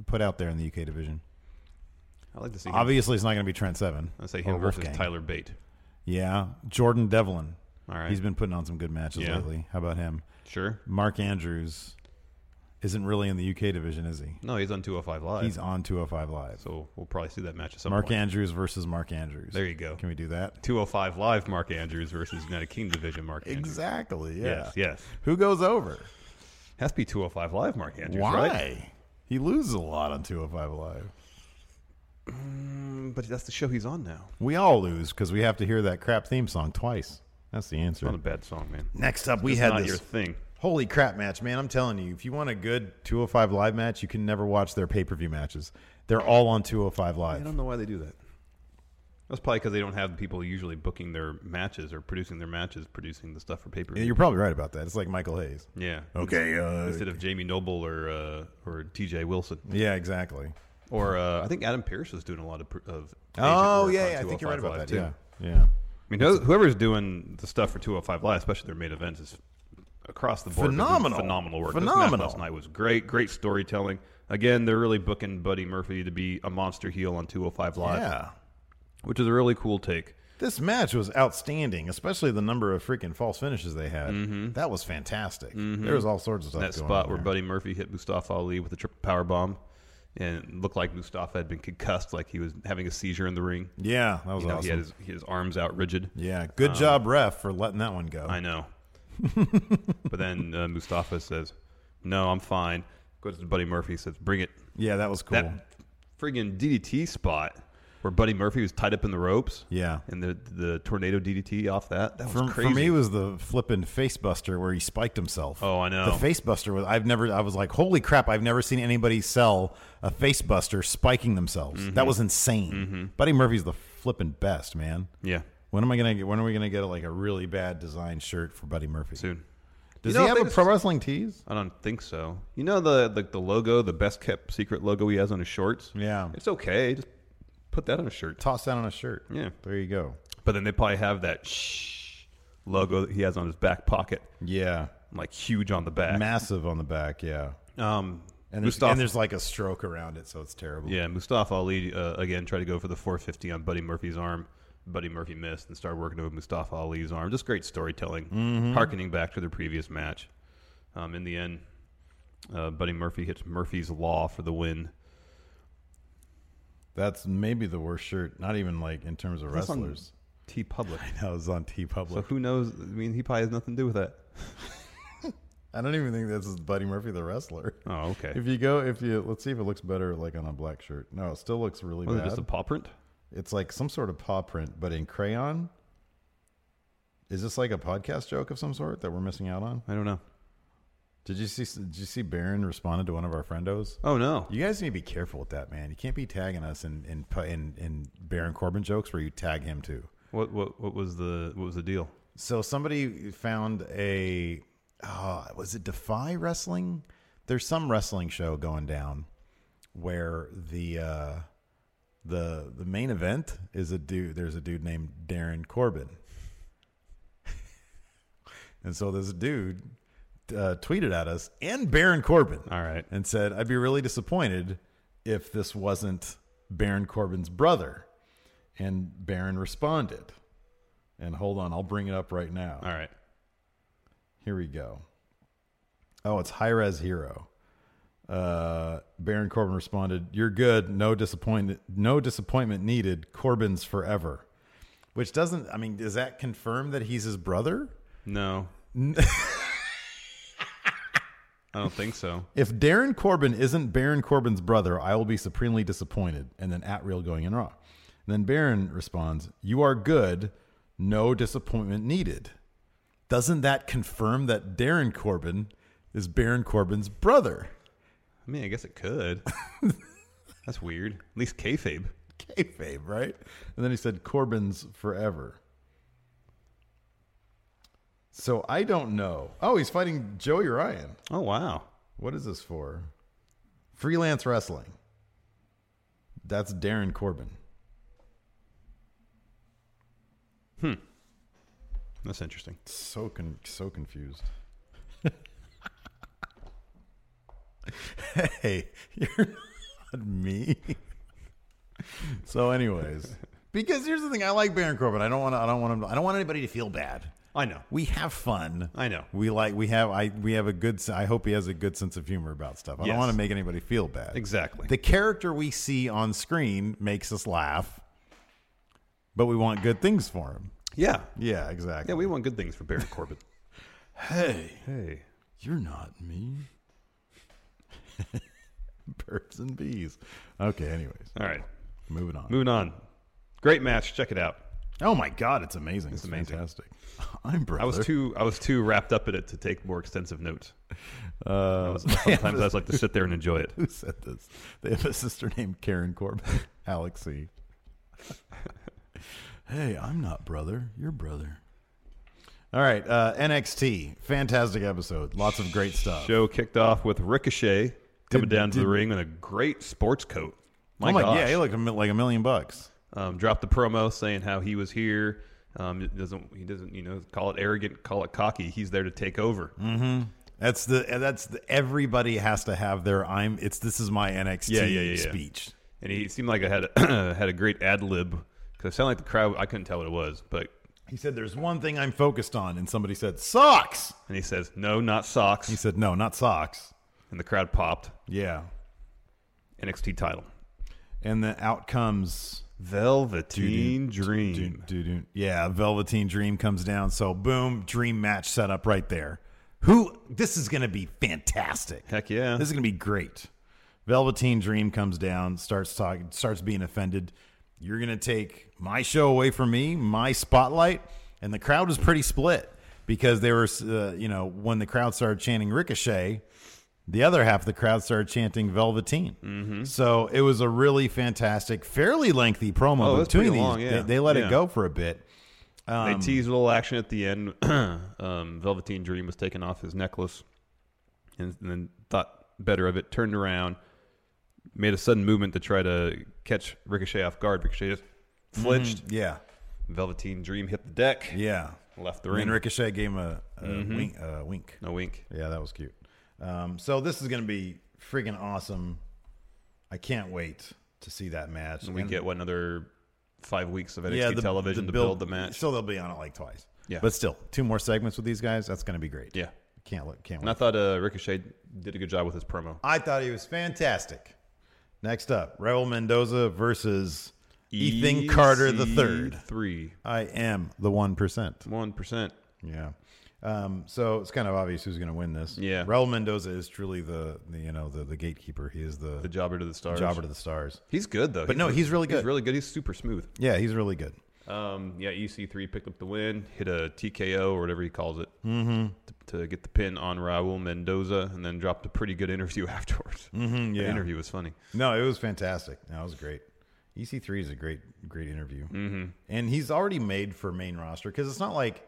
[SPEAKER 6] put out there in the UK division?
[SPEAKER 7] I like to see. Him.
[SPEAKER 6] Obviously, it's not going to be Trent Seven.
[SPEAKER 7] I say
[SPEAKER 6] or
[SPEAKER 7] him versus
[SPEAKER 6] Wolfgang.
[SPEAKER 7] Tyler Bate.
[SPEAKER 6] Yeah, Jordan Devlin.
[SPEAKER 7] All right.
[SPEAKER 6] He's been putting on some good matches
[SPEAKER 7] Yeah.
[SPEAKER 6] lately. How about him?
[SPEAKER 7] Sure.
[SPEAKER 6] Mark Andrews isn't really in the UK division, is he?
[SPEAKER 7] No, he's on 205 Live.
[SPEAKER 6] He's on 205 Live.
[SPEAKER 7] so we'll probably see that match at some
[SPEAKER 6] Mark
[SPEAKER 7] point.
[SPEAKER 6] Andrews versus Mark Andrews.
[SPEAKER 7] There you go.
[SPEAKER 6] Can we do that?
[SPEAKER 7] 205 Live Mark Andrews versus United Kingdom division Mark Andrews.
[SPEAKER 6] Exactly. Yeah.
[SPEAKER 7] Yes, yes.
[SPEAKER 6] Who goes over?
[SPEAKER 7] Has to be 205 Live Mark Andrews,
[SPEAKER 6] Why?
[SPEAKER 7] right?
[SPEAKER 6] He loses a lot on 205 Live.
[SPEAKER 7] Mm, But that's the show he's on now.
[SPEAKER 6] We all lose because we have to hear that crap theme song twice. That's the
[SPEAKER 7] Not a
[SPEAKER 6] answer.
[SPEAKER 7] bad song, man.
[SPEAKER 6] Next up, we
[SPEAKER 7] It's
[SPEAKER 6] had
[SPEAKER 7] not
[SPEAKER 6] this
[SPEAKER 7] your thing.
[SPEAKER 6] holy crap match, man. I'm telling you, if you want a good 205 Live match, you can never watch their pay per view matches. They're all on 205
[SPEAKER 7] I
[SPEAKER 6] Live.
[SPEAKER 7] don't know why they do that. That's probably because they don't have the people usually booking their matches or producing their matches, producing the stuff for pay per
[SPEAKER 6] Yeah, You're probably right about that. It's like Michael Hayes.
[SPEAKER 7] Yeah.
[SPEAKER 6] Okay.
[SPEAKER 7] Instead-
[SPEAKER 6] Uh,
[SPEAKER 7] Instead of Jamie Noble or uh, or T.J. Wilson.
[SPEAKER 6] yeah, exactly.
[SPEAKER 7] Or uh, I think Adam Pierce is doing a lot of. pr- of
[SPEAKER 6] Oh,
[SPEAKER 7] agent work
[SPEAKER 6] yeah,
[SPEAKER 7] on
[SPEAKER 6] yeah, I think you're right
[SPEAKER 7] 205
[SPEAKER 6] about
[SPEAKER 7] Live,
[SPEAKER 6] that,
[SPEAKER 7] too.
[SPEAKER 6] yeah. Yeah.
[SPEAKER 7] I mean, who- whoever's doing the stuff for 205 Live, especially their main events, is across the board. they're doing
[SPEAKER 6] Phenomenal.
[SPEAKER 7] phenomenal work. This match
[SPEAKER 6] Phenomenal.
[SPEAKER 7] last night was great, great storytelling. Again, they're really booking Buddy Murphy to be a monster heel on 205 Live.
[SPEAKER 6] Yeah.
[SPEAKER 7] Which is a really cool take.
[SPEAKER 6] This match was outstanding, especially the number of freaking false finishes they had. That was fantastic. There was all sorts of stuff
[SPEAKER 7] Mm-hmm. that
[SPEAKER 6] going
[SPEAKER 7] spot
[SPEAKER 6] on
[SPEAKER 7] where
[SPEAKER 6] there.
[SPEAKER 7] Buddy Murphy hit Mustafa Ali with a triple power bomb, and it looked like Mustafa had been concussed, like he was having a seizure in the ring.
[SPEAKER 6] Yeah, that was
[SPEAKER 7] You know, He had his,
[SPEAKER 6] awesome.
[SPEAKER 7] his arms out rigid.
[SPEAKER 6] Yeah, good
[SPEAKER 7] Um,
[SPEAKER 6] job, ref, for letting that one go.
[SPEAKER 7] I know. but then uh, Mustafa says, "No, I'm fine." Goes to Buddy Murphy, says, "Bring it."
[SPEAKER 6] Yeah, that was cool.
[SPEAKER 7] That friggin' DDT spot where Buddy Murphy was tied up in the ropes.
[SPEAKER 6] Yeah.
[SPEAKER 7] and the the tornado DDT off that. That was
[SPEAKER 6] for,
[SPEAKER 7] crazy.
[SPEAKER 6] for me was the flippin' face buster where he spiked himself.
[SPEAKER 7] Oh, I know.
[SPEAKER 6] The face buster was I've never I was like, holy crap, I've never seen anybody sell a face buster spiking themselves.
[SPEAKER 7] Mm-hmm.
[SPEAKER 6] That was insane. Buddy Murphy's the flippin' best, man.
[SPEAKER 7] Yeah.
[SPEAKER 6] When am I gonna get when are we gonna get like a really bad design shirt for Buddy Murphy?
[SPEAKER 7] Soon.
[SPEAKER 6] Does
[SPEAKER 7] You know,
[SPEAKER 6] he have
[SPEAKER 7] they
[SPEAKER 6] a
[SPEAKER 7] just-
[SPEAKER 6] pro wrestling tease?
[SPEAKER 7] I don't think so. You know the like the logo, the best kept secret logo he has on his shorts.
[SPEAKER 6] Yeah.
[SPEAKER 7] it's okay. Just put that on a shirt.
[SPEAKER 6] Toss that on a shirt.
[SPEAKER 7] Yeah.
[SPEAKER 6] There you go.
[SPEAKER 7] But then they probably have that shh logo that he has on his back pocket,
[SPEAKER 6] Yeah.
[SPEAKER 7] like huge on the back.
[SPEAKER 6] Massive on the back, yeah.
[SPEAKER 7] um,
[SPEAKER 6] And there's,
[SPEAKER 7] Mustafa,
[SPEAKER 6] and there's like a stroke around it, so it's terrible.
[SPEAKER 7] yeah, Mustafa Ali uh, again tried to go for the 450 on Buddy Murphy's arm. Buddy Murphy missed and started working with Mustafa Ali's arm. Just great storytelling, harkening back to their previous match. Um, in the end, uh, Buddy Murphy hits Murphy's Law for the win.
[SPEAKER 6] That's maybe the worst shirt. Not even like in terms of
[SPEAKER 7] That's on
[SPEAKER 6] wrestlers.
[SPEAKER 7] T Public.
[SPEAKER 6] That was on T
[SPEAKER 7] So
[SPEAKER 6] Public.
[SPEAKER 7] who knows? I mean, he probably has nothing to do with that.
[SPEAKER 6] I don't even think this is Buddy Murphy the wrestler.
[SPEAKER 7] Oh, okay.
[SPEAKER 6] If you go, if you let's see if it looks better like on a black shirt. No, it still looks really
[SPEAKER 7] Was it
[SPEAKER 6] bad.
[SPEAKER 7] just a paw print?
[SPEAKER 6] it's like some sort of paw print, but in crayon. Is this like a podcast joke of some sort that we're missing out on?
[SPEAKER 7] I don't know.
[SPEAKER 6] Did you see? Did you see Baron responded to one of our friendos?
[SPEAKER 7] Oh no.
[SPEAKER 6] You guys need to be careful with that, man. You can't be tagging us in in pu- in, in Baron Corbin jokes where you tag him too.
[SPEAKER 7] What what what was the what was the deal?
[SPEAKER 6] So somebody found a uh, was it Defy Wrestling? There's some wrestling show going down where the uh, the the main event is a dude. There's a dude named Darren Corbin, and so this dude uh, tweeted at us and Baron Corbin.
[SPEAKER 7] All right.
[SPEAKER 6] and said, "I'd be really disappointed if this wasn't Baron Corbin's brother." And Baron responded. And hold on, I'll bring it up right now.
[SPEAKER 7] All right.
[SPEAKER 6] Here we go. Oh, it's High Res Hero. Uh, Baron Corbin responded, "You're good. No disappointment. No disappointment needed. Corbin's forever." Which doesn't. I mean, does that confirm that he's his brother?
[SPEAKER 7] No. I don't think so.
[SPEAKER 6] If Darren Corbin isn't Baron Corbin's brother, I will be supremely disappointed. And then at real going in raw. And then Baron responds, "You are good. No disappointment needed." Doesn't that confirm that Darren Corbin is Baron Corbin's brother?
[SPEAKER 7] I mean, I guess it could. That's weird. At least kayfabe.
[SPEAKER 6] Kayfabe, right? And then he said, "Corbin's forever." So I don't know. Oh, he's fighting Joey Ryan.
[SPEAKER 7] Oh wow.
[SPEAKER 6] What is this for? Freelance wrestling. That's Darren Corbin.
[SPEAKER 7] That's interesting.
[SPEAKER 6] So con- so confused. hey, you're not me. so, anyways, because here's the thing: I like Baron Corbin. I don't want to. I don't want him. I don't want anybody to feel bad.
[SPEAKER 7] I know.
[SPEAKER 6] We have fun.
[SPEAKER 7] I know.
[SPEAKER 6] We like. We have. I. We have a good. s- I hope he has a good sense of humor about stuff. I
[SPEAKER 7] Yes.
[SPEAKER 6] don't want to make anybody feel bad.
[SPEAKER 7] Exactly.
[SPEAKER 6] The character we see on screen makes us laugh, but we want good things for him.
[SPEAKER 7] Yeah.
[SPEAKER 6] Yeah, exactly.
[SPEAKER 7] Yeah, we want good things for Baron Corbin.
[SPEAKER 6] Hey,
[SPEAKER 7] hey.
[SPEAKER 6] you're not me. Birds and bees. Okay. Anyways,
[SPEAKER 7] All right.
[SPEAKER 6] moving on.
[SPEAKER 7] Moving on. Great match. Check it out.
[SPEAKER 6] Oh my God, it's amazing. It's,
[SPEAKER 7] amazing.
[SPEAKER 6] fantastic. I'm brother.
[SPEAKER 7] I was too I was too wrapped up in it to take more extensive notes.
[SPEAKER 6] Uh,
[SPEAKER 7] Sometimes I just like to sit there and enjoy it.
[SPEAKER 6] who said this? They have a sister named Karen Corbin, Alexi. hey, I'm not brother. You're brother. All right, uh, NXT, fantastic episode, lots of great stuff.
[SPEAKER 7] Show kicked off with Ricochet coming down to the ring in a great sports coat. My
[SPEAKER 6] I'm like,
[SPEAKER 7] gosh.
[SPEAKER 6] Oh yeah, he looked a mi- like a million bucks.
[SPEAKER 7] um, dropped the promo saying how he was here. Um, it doesn't he doesn't you know call it arrogant, call it cocky. He's there to take over.
[SPEAKER 6] Mm-hmm. That's the that's the everybody has to have their I'm it's this is my NXT
[SPEAKER 7] Yeah, yeah, yeah, yeah.
[SPEAKER 6] speech.
[SPEAKER 7] And he seemed like I had a, had a great ad lib because it sounded like the crowd. I couldn't tell what it was, but
[SPEAKER 6] He said, "There's one thing I'm focused on," and somebody said, "Socks."
[SPEAKER 7] and he says no, not socks.
[SPEAKER 6] He said, "No, not socks."
[SPEAKER 7] and the crowd popped.
[SPEAKER 6] Yeah,
[SPEAKER 7] NXT title.
[SPEAKER 6] and the out comes
[SPEAKER 7] Velveteen Dream.
[SPEAKER 6] Doo- doo- doo. Yeah, Velveteen Dream comes down. So boom, dream match set up right there. Who this is going to be fantastic.
[SPEAKER 7] Heck yeah.
[SPEAKER 6] This is going to be great. Velveteen Dream comes down, starts talking, starts being offended. You're going to take my show away from me, my spotlight, and the crowd was pretty split because they were, uh, you know, when the crowd started chanting Ricochet, the other half of the crowd started chanting Velveteen.
[SPEAKER 7] Mm-hmm.
[SPEAKER 6] So it was a really fantastic, fairly lengthy promo.
[SPEAKER 7] Oh, it was
[SPEAKER 6] between
[SPEAKER 7] pretty
[SPEAKER 6] these,
[SPEAKER 7] long, yeah.
[SPEAKER 6] they, they let
[SPEAKER 7] Yeah.
[SPEAKER 6] it go for a bit.
[SPEAKER 7] They teased a little action at the end. um, Velveteen Dream was taking off his necklace and, and then thought better of it, turned around, made a sudden movement to try to catch Ricochet off guard. Ricochet just flinched.
[SPEAKER 6] Yeah,
[SPEAKER 7] Mm-hmm. Velveteen Dream hit the deck,
[SPEAKER 6] yeah.
[SPEAKER 7] left the
[SPEAKER 6] And
[SPEAKER 7] ring. Mm-hmm.
[SPEAKER 6] then Ricochet gave him a, a wink. A wink.
[SPEAKER 7] no wink.
[SPEAKER 6] Yeah, that was cute. Um, so this is going to be freaking awesome. I can't wait to see that match.
[SPEAKER 7] And we
[SPEAKER 6] And-
[SPEAKER 7] get what another five weeks of NXT television to build the match.
[SPEAKER 6] So they'll be on it like twice.
[SPEAKER 7] Yeah.
[SPEAKER 6] but still, two more segments with these guys. That's going to be great.
[SPEAKER 7] yeah.
[SPEAKER 6] can't look. Can't
[SPEAKER 7] And I
[SPEAKER 6] wait.
[SPEAKER 7] thought uh, Ricochet did a good job with his promo.
[SPEAKER 6] I thought he was fantastic. Next up, Rebel Mendoza versus Ethan Carter the Third.
[SPEAKER 7] Three.
[SPEAKER 6] I am the one percent.
[SPEAKER 7] One percent.
[SPEAKER 6] Yeah. Um, so it's kind of obvious who's going to win this.
[SPEAKER 7] Yeah.
[SPEAKER 6] Raul Mendoza is truly the, the you know the, the gatekeeper. He is the,
[SPEAKER 7] The jobber to the stars.
[SPEAKER 6] jobber to the stars.
[SPEAKER 7] He's good though.
[SPEAKER 6] But no, he's really
[SPEAKER 7] He's
[SPEAKER 6] good.
[SPEAKER 7] really good. He's super smooth.
[SPEAKER 6] Yeah, he's really good.
[SPEAKER 7] Um, yeah, EC3 picked up the win, hit a TKO or whatever he calls it mm-hmm. to, to get the pin on Raul Mendoza, and then dropped a pretty good interview afterwards. Mm-hmm,
[SPEAKER 6] yeah.
[SPEAKER 7] the interview was funny.
[SPEAKER 6] No, it was fantastic. That was great. EC3 is a great great interview, mm-hmm. and he's already made for main roster because it's not like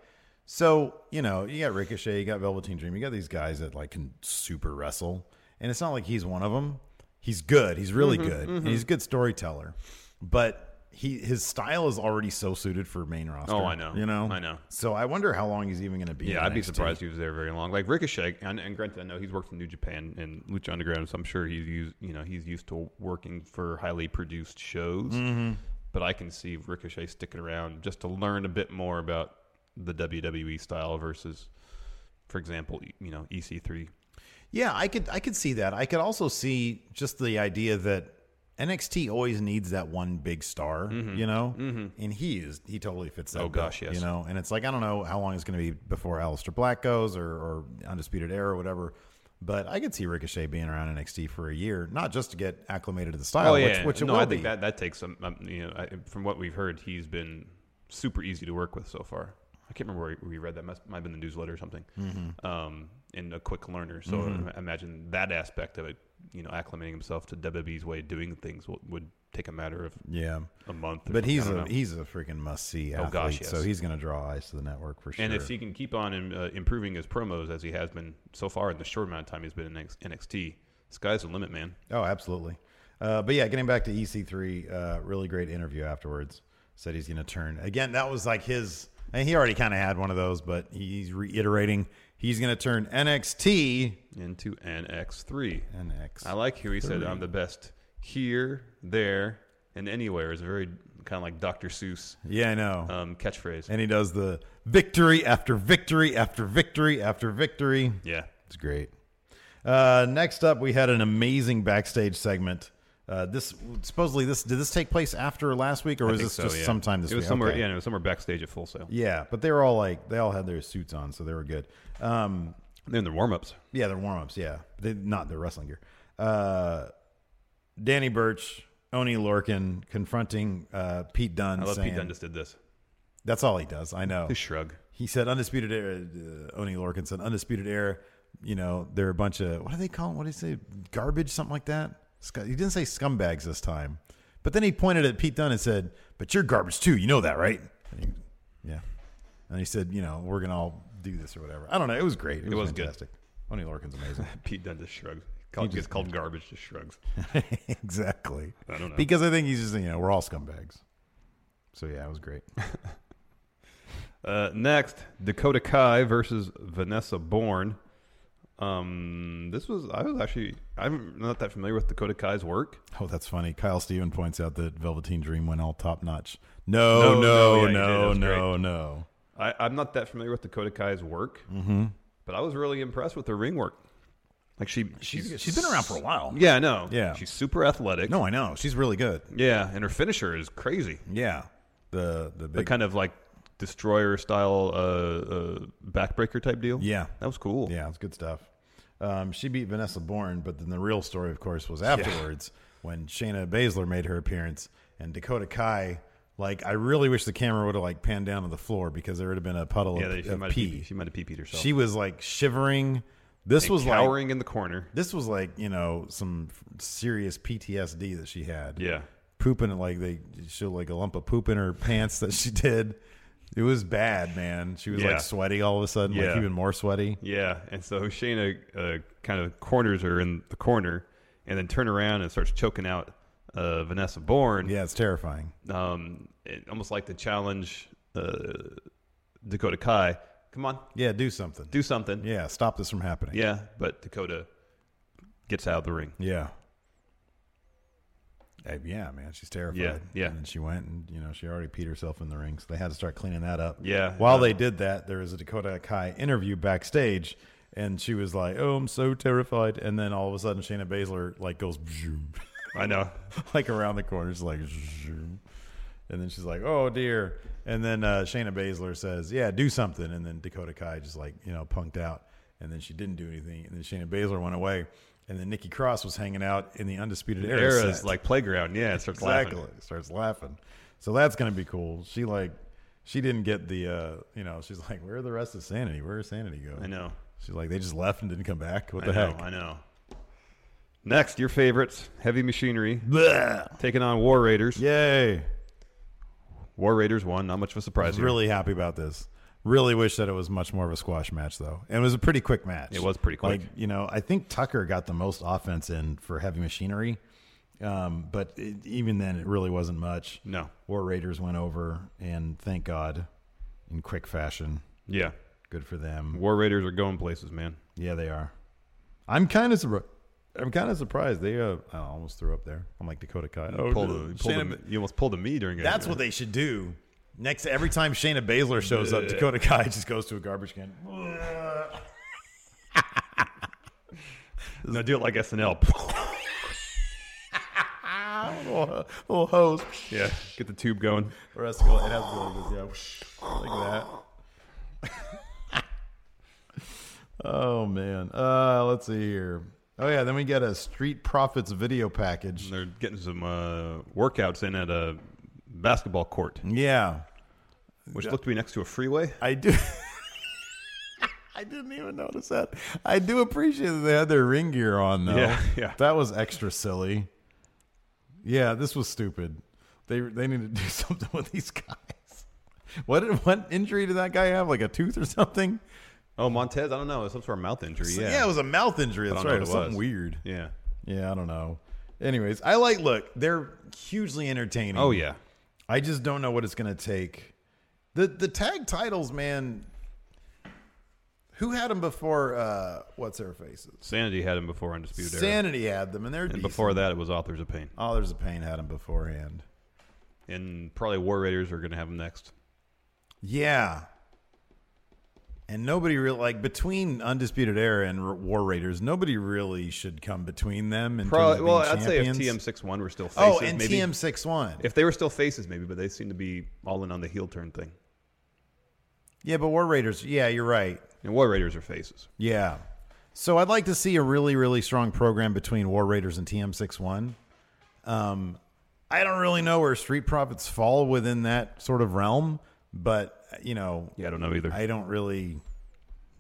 [SPEAKER 6] so you know you got Ricochet, you got Velveteen Dream, you got these guys that like can super wrestle, and it's not like he's one of them. He's good. He's really
[SPEAKER 7] Mm-hmm,
[SPEAKER 6] good. And he's a good storyteller, but he his style is already so suited for main roster.
[SPEAKER 7] Oh, I know.
[SPEAKER 6] You know,
[SPEAKER 7] I know.
[SPEAKER 6] So I wonder how long he's even going to be. in
[SPEAKER 7] Yeah, I'd be
[SPEAKER 6] NXT.
[SPEAKER 7] surprised if he was there very long. Like Ricochet, and, and granted, I know he's worked in New Japan and Lucha Underground, so I'm sure he's used, you know, he's used to working for highly produced shows. But I can see Ricochet sticking around just to learn a bit more about the WWE style versus, for example, you know, E EC3.
[SPEAKER 6] Yeah, I could I could see that. I could also see just the idea that NXT always needs that one big star, you know, and he is he totally fits that.
[SPEAKER 7] Mm-hmm. Oh,
[SPEAKER 6] bill,
[SPEAKER 7] gosh, yes.
[SPEAKER 6] you know, and it's like I don't know how long it's going to be before Aleister Black goes or, or Undisputed Era or whatever. But I could see Ricochet being around NXT for a year, not just to get acclimated to the style,
[SPEAKER 7] Oh yeah,
[SPEAKER 6] Uh, which, which it
[SPEAKER 7] no,
[SPEAKER 6] will
[SPEAKER 7] I think
[SPEAKER 6] be.
[SPEAKER 7] that that takes some. Um, you know, I, from what we've heard, he's been super easy to work with so far. I can't remember where we read that. Must might have been the newsletter or something.
[SPEAKER 6] Mm-hmm.
[SPEAKER 7] Um, and a quick learner, so I imagine that aspect of it. You know, acclimating himself to WWE's way of doing things will, would take a matter of
[SPEAKER 6] yeah,
[SPEAKER 7] a month. or something,
[SPEAKER 6] but
[SPEAKER 7] I
[SPEAKER 6] he's
[SPEAKER 7] don't
[SPEAKER 6] a
[SPEAKER 7] know.
[SPEAKER 6] he's a freaking must see
[SPEAKER 7] Oh,
[SPEAKER 6] athlete,
[SPEAKER 7] gosh,
[SPEAKER 6] so
[SPEAKER 7] yes.
[SPEAKER 6] he's going to draw eyes to the network for sure.
[SPEAKER 7] and if he can keep on um, uh, improving his promos as he has been so far in the short amount of time he's been in NX- NXT, sky's the limit, man.
[SPEAKER 6] Oh, absolutely. Uh, but yeah, getting back to EC3, uh, really great interview afterwards. Said he's going to turn again. That was like his, and he already kind of had one of those, but he's reiterating he's going to turn NXT
[SPEAKER 7] Into NX3.
[SPEAKER 6] NX.
[SPEAKER 7] I like who he said I'm the best here, there, and anywhere. It's a very kind of like Dr. Seuss
[SPEAKER 6] Yeah, I know.
[SPEAKER 7] um, catchphrase.
[SPEAKER 6] and he does the victory after victory after victory after victory.
[SPEAKER 7] yeah,
[SPEAKER 6] It's great. Uh, next up, we had an amazing backstage segment. Uh, this supposedly this did this take place after last week or was this just sometime this
[SPEAKER 7] It was
[SPEAKER 6] week?
[SPEAKER 7] somewhere,
[SPEAKER 6] Okay.
[SPEAKER 7] yeah, it was somewhere backstage at Full Sail.
[SPEAKER 6] Yeah, but they were all like they all had their suits on, so they were good. Um,
[SPEAKER 7] Then the warm ups.
[SPEAKER 6] yeah, their warm ups. Yeah, they, not their wrestling gear. Uh, Danny Birch, Oni Lorkin confronting uh, Pete Dunne.
[SPEAKER 7] I love
[SPEAKER 6] saying,
[SPEAKER 7] Pete Dunne just did this.
[SPEAKER 6] That's all he does. I know.
[SPEAKER 7] His shrug.
[SPEAKER 6] He said undisputed era. Uh, Oni Lorkin said undisputed era. You know, they're a bunch of what do they call? 'em? What do they say? Garbage, something like that. Scu- He didn't say scumbags this time, but then he pointed at Pete Dunne and said, but you're garbage too. You know that, right? And he- yeah. And he said, you know, we're gonna all do this or whatever. I don't know. It was great. It,
[SPEAKER 7] It was good.
[SPEAKER 6] fantastic. Tony Lorkin's amazing.
[SPEAKER 7] Pete Dunne just shrugs. Call,
[SPEAKER 6] just-
[SPEAKER 7] gets called garbage, just shrugs.
[SPEAKER 6] exactly.
[SPEAKER 7] I don't know.
[SPEAKER 6] Because I think he's just you know we're all scumbags. So yeah, it was great.
[SPEAKER 7] Uh, next, Dakota Kai versus Vanessa Bourne. Um, this was I was actually I'm not that familiar with Dakota Kai's work.
[SPEAKER 6] Oh, that's funny. Kyle Steven points out that Velveteen Dream went all top notch. No,
[SPEAKER 7] No,
[SPEAKER 6] no,
[SPEAKER 7] no, yeah, he did. That
[SPEAKER 6] no,
[SPEAKER 7] was
[SPEAKER 6] no,
[SPEAKER 7] great.
[SPEAKER 6] no.
[SPEAKER 7] I, I'm not that familiar with Dakota Kai's work,
[SPEAKER 6] Mm-hmm.
[SPEAKER 7] but I was really impressed with her ring work. Like she
[SPEAKER 6] She's, she's been around for a while.
[SPEAKER 7] Yeah, I know.
[SPEAKER 6] Yeah.
[SPEAKER 7] she's super athletic.
[SPEAKER 6] No, I know. She's really good.
[SPEAKER 7] Yeah, and her finisher is crazy.
[SPEAKER 6] Yeah. The the
[SPEAKER 7] The
[SPEAKER 6] big
[SPEAKER 7] kind of like destroyer style uh, uh, backbreaker type deal.
[SPEAKER 6] Yeah.
[SPEAKER 7] that was cool.
[SPEAKER 6] Yeah, it's good stuff. Um, she beat Vanessa Bourne, but then the real story, of course, was afterwards when Shayna Baszler made her appearance and Dakota Kai. Like, I really wish the camera would have like panned down to the floor because there would have been a puddle
[SPEAKER 7] yeah.
[SPEAKER 6] of,
[SPEAKER 7] they- she,
[SPEAKER 6] of
[SPEAKER 7] might have
[SPEAKER 6] pee.
[SPEAKER 7] pee- she might have pee-peed herself.
[SPEAKER 6] She was like shivering. This
[SPEAKER 7] And
[SPEAKER 6] was like
[SPEAKER 7] cowering in the corner.
[SPEAKER 6] this was like you know some f- serious PTSD that she had.
[SPEAKER 7] Yeah.
[SPEAKER 6] pooping like they showed like a lump of poop in her pants that she did. It was bad, man. She was
[SPEAKER 7] Yeah.
[SPEAKER 6] like sweaty all of a sudden, like
[SPEAKER 7] Yeah.
[SPEAKER 6] even more sweaty.
[SPEAKER 7] Yeah, and so Shayna uh, kind of corners her in the corner, and then turn around and starts choking out uh, Vanessa Bourne.
[SPEAKER 6] Yeah, it's terrifying.
[SPEAKER 7] um, it- almost like to challenge uh, Dakota Kai. Come on,
[SPEAKER 6] Yeah, do something.
[SPEAKER 7] do something.
[SPEAKER 6] yeah, stop this from happening.
[SPEAKER 7] Yeah, but Dakota gets out of the ring.
[SPEAKER 6] Yeah. Uh, yeah, man, she's terrified.
[SPEAKER 7] Yeah, yeah.
[SPEAKER 6] And then she went and, you know, she already peed herself in the ring, so they had to start cleaning that up.
[SPEAKER 7] Yeah.
[SPEAKER 6] While
[SPEAKER 7] Uh,
[SPEAKER 6] they did that, there was a Dakota Kai interview backstage, and she was like, oh, I'm so terrified. And then all of a sudden, Shayna Baszler, like, goes, zoom,
[SPEAKER 7] I know.
[SPEAKER 6] like, around the corner. She's like, zoom. And then she's like, oh, dear. And then uh, Shayna Baszler says, yeah, do something. And then Dakota Kai just, like, you know, punked out. And then she didn't do anything. And then Shayna Baszler went away. And then Nikki Cross was hanging out in the Undisputed Era.
[SPEAKER 7] Era's
[SPEAKER 6] set.
[SPEAKER 7] like playground. Yeah, it starts laughing.
[SPEAKER 6] Exactly. Starts laughing. So that's gonna be cool. She like she didn't get the uh you know, she's like, Where are the rest of Sanity? Where did Sanity go?
[SPEAKER 7] I know.
[SPEAKER 6] She's like, they just left and didn't come back. What
[SPEAKER 7] I
[SPEAKER 6] the
[SPEAKER 7] know.
[SPEAKER 6] heck?
[SPEAKER 7] I know. Next, your favorites, Heavy Machinery,
[SPEAKER 6] Blech.
[SPEAKER 7] taking on War Raiders.
[SPEAKER 6] Yay.
[SPEAKER 7] War Raiders won. Not much of a
[SPEAKER 6] I
[SPEAKER 7] surprise.
[SPEAKER 6] was
[SPEAKER 7] here.
[SPEAKER 6] really happy about this. Really wish that it was much more of a squash match though. And it was a pretty quick match.
[SPEAKER 7] It was pretty quick.
[SPEAKER 6] Like, you know, I think Tucker got the most offense in for heavy machinery. Um, but it, even then it really wasn't much.
[SPEAKER 7] No.
[SPEAKER 6] War Raiders went over and thank God in quick fashion.
[SPEAKER 7] Yeah.
[SPEAKER 6] Good for them.
[SPEAKER 7] War Raiders are going places, man.
[SPEAKER 6] Yeah, they are. I'm kind of surprised. I'm kind of surprised. They uh, I almost threw up there. I'm like Dakota Kai. Oh,
[SPEAKER 7] Pulled a-
[SPEAKER 6] no.
[SPEAKER 7] pulled a-
[SPEAKER 6] Shayna Ba-
[SPEAKER 7] you almost pulled a me during it.
[SPEAKER 6] That's what they should do. Next, every time Shayna Baszler shows up, Dakota Kai just goes to a garbage can. Oh,
[SPEAKER 7] No, do it like SNL.
[SPEAKER 6] little, little hose.
[SPEAKER 7] yeah, get the tube going.
[SPEAKER 6] oh, Or has to go, it has to go like this, yeah, like that. oh man. Uh, let's see here. Oh yeah, then we get a Street Profits video package.
[SPEAKER 7] They're getting some uh, workouts in at a basketball court,
[SPEAKER 6] Yeah,
[SPEAKER 7] which looked to be next to a freeway.
[SPEAKER 6] I do. I didn't even notice that. I do appreciate that they had their ring gear on though.
[SPEAKER 7] Yeah, yeah.
[SPEAKER 6] That was extra silly. Yeah, this was stupid. They they need to do something with these guys. What did- what injury did that guy have? Like a tooth or something?
[SPEAKER 7] Oh, Montez, I don't know. It's some sort of mouth injury.
[SPEAKER 6] So-
[SPEAKER 7] Yeah,
[SPEAKER 6] it was a mouth injury.
[SPEAKER 7] I
[SPEAKER 6] That's
[SPEAKER 7] don't know what
[SPEAKER 6] right. It was
[SPEAKER 7] it was.
[SPEAKER 6] something weird.
[SPEAKER 7] yeah.
[SPEAKER 6] Yeah, I don't know. Anyways, I like look. They're hugely entertaining.
[SPEAKER 7] Oh yeah,
[SPEAKER 6] I just don't know what it's going to take. The the tag titles, man. Who had them before? Uh, what's their faces?
[SPEAKER 7] Sanity had him before Undisputed Era,
[SPEAKER 6] Sanity had them, and they're
[SPEAKER 7] and
[SPEAKER 6] decent.
[SPEAKER 7] before that it was Authors of Pain,
[SPEAKER 6] Oh, there's a pain had them beforehand.
[SPEAKER 7] and probably War Raiders are going to have him next.
[SPEAKER 6] Yeah. And nobody really like between Undisputed Era and R- War Raiders. Nobody really should come between them. And
[SPEAKER 7] Probably. Well, I'd
[SPEAKER 6] champions.
[SPEAKER 7] say if TM61 were still faces,
[SPEAKER 6] Oh, and
[SPEAKER 7] maybe
[SPEAKER 6] TM61.
[SPEAKER 7] if they were still faces, maybe, but they seem to be all in on the heel turn thing.
[SPEAKER 6] yeah, but War Raiders. Yeah, you're right.
[SPEAKER 7] And War Raiders are faces.
[SPEAKER 6] Yeah. So I'd like to see a really, really strong program between War Raiders and TM61. Um, I don't really know where Street Profits fall within that sort of realm, but, you know,
[SPEAKER 7] Yeah, I don't know either.
[SPEAKER 6] I don't really.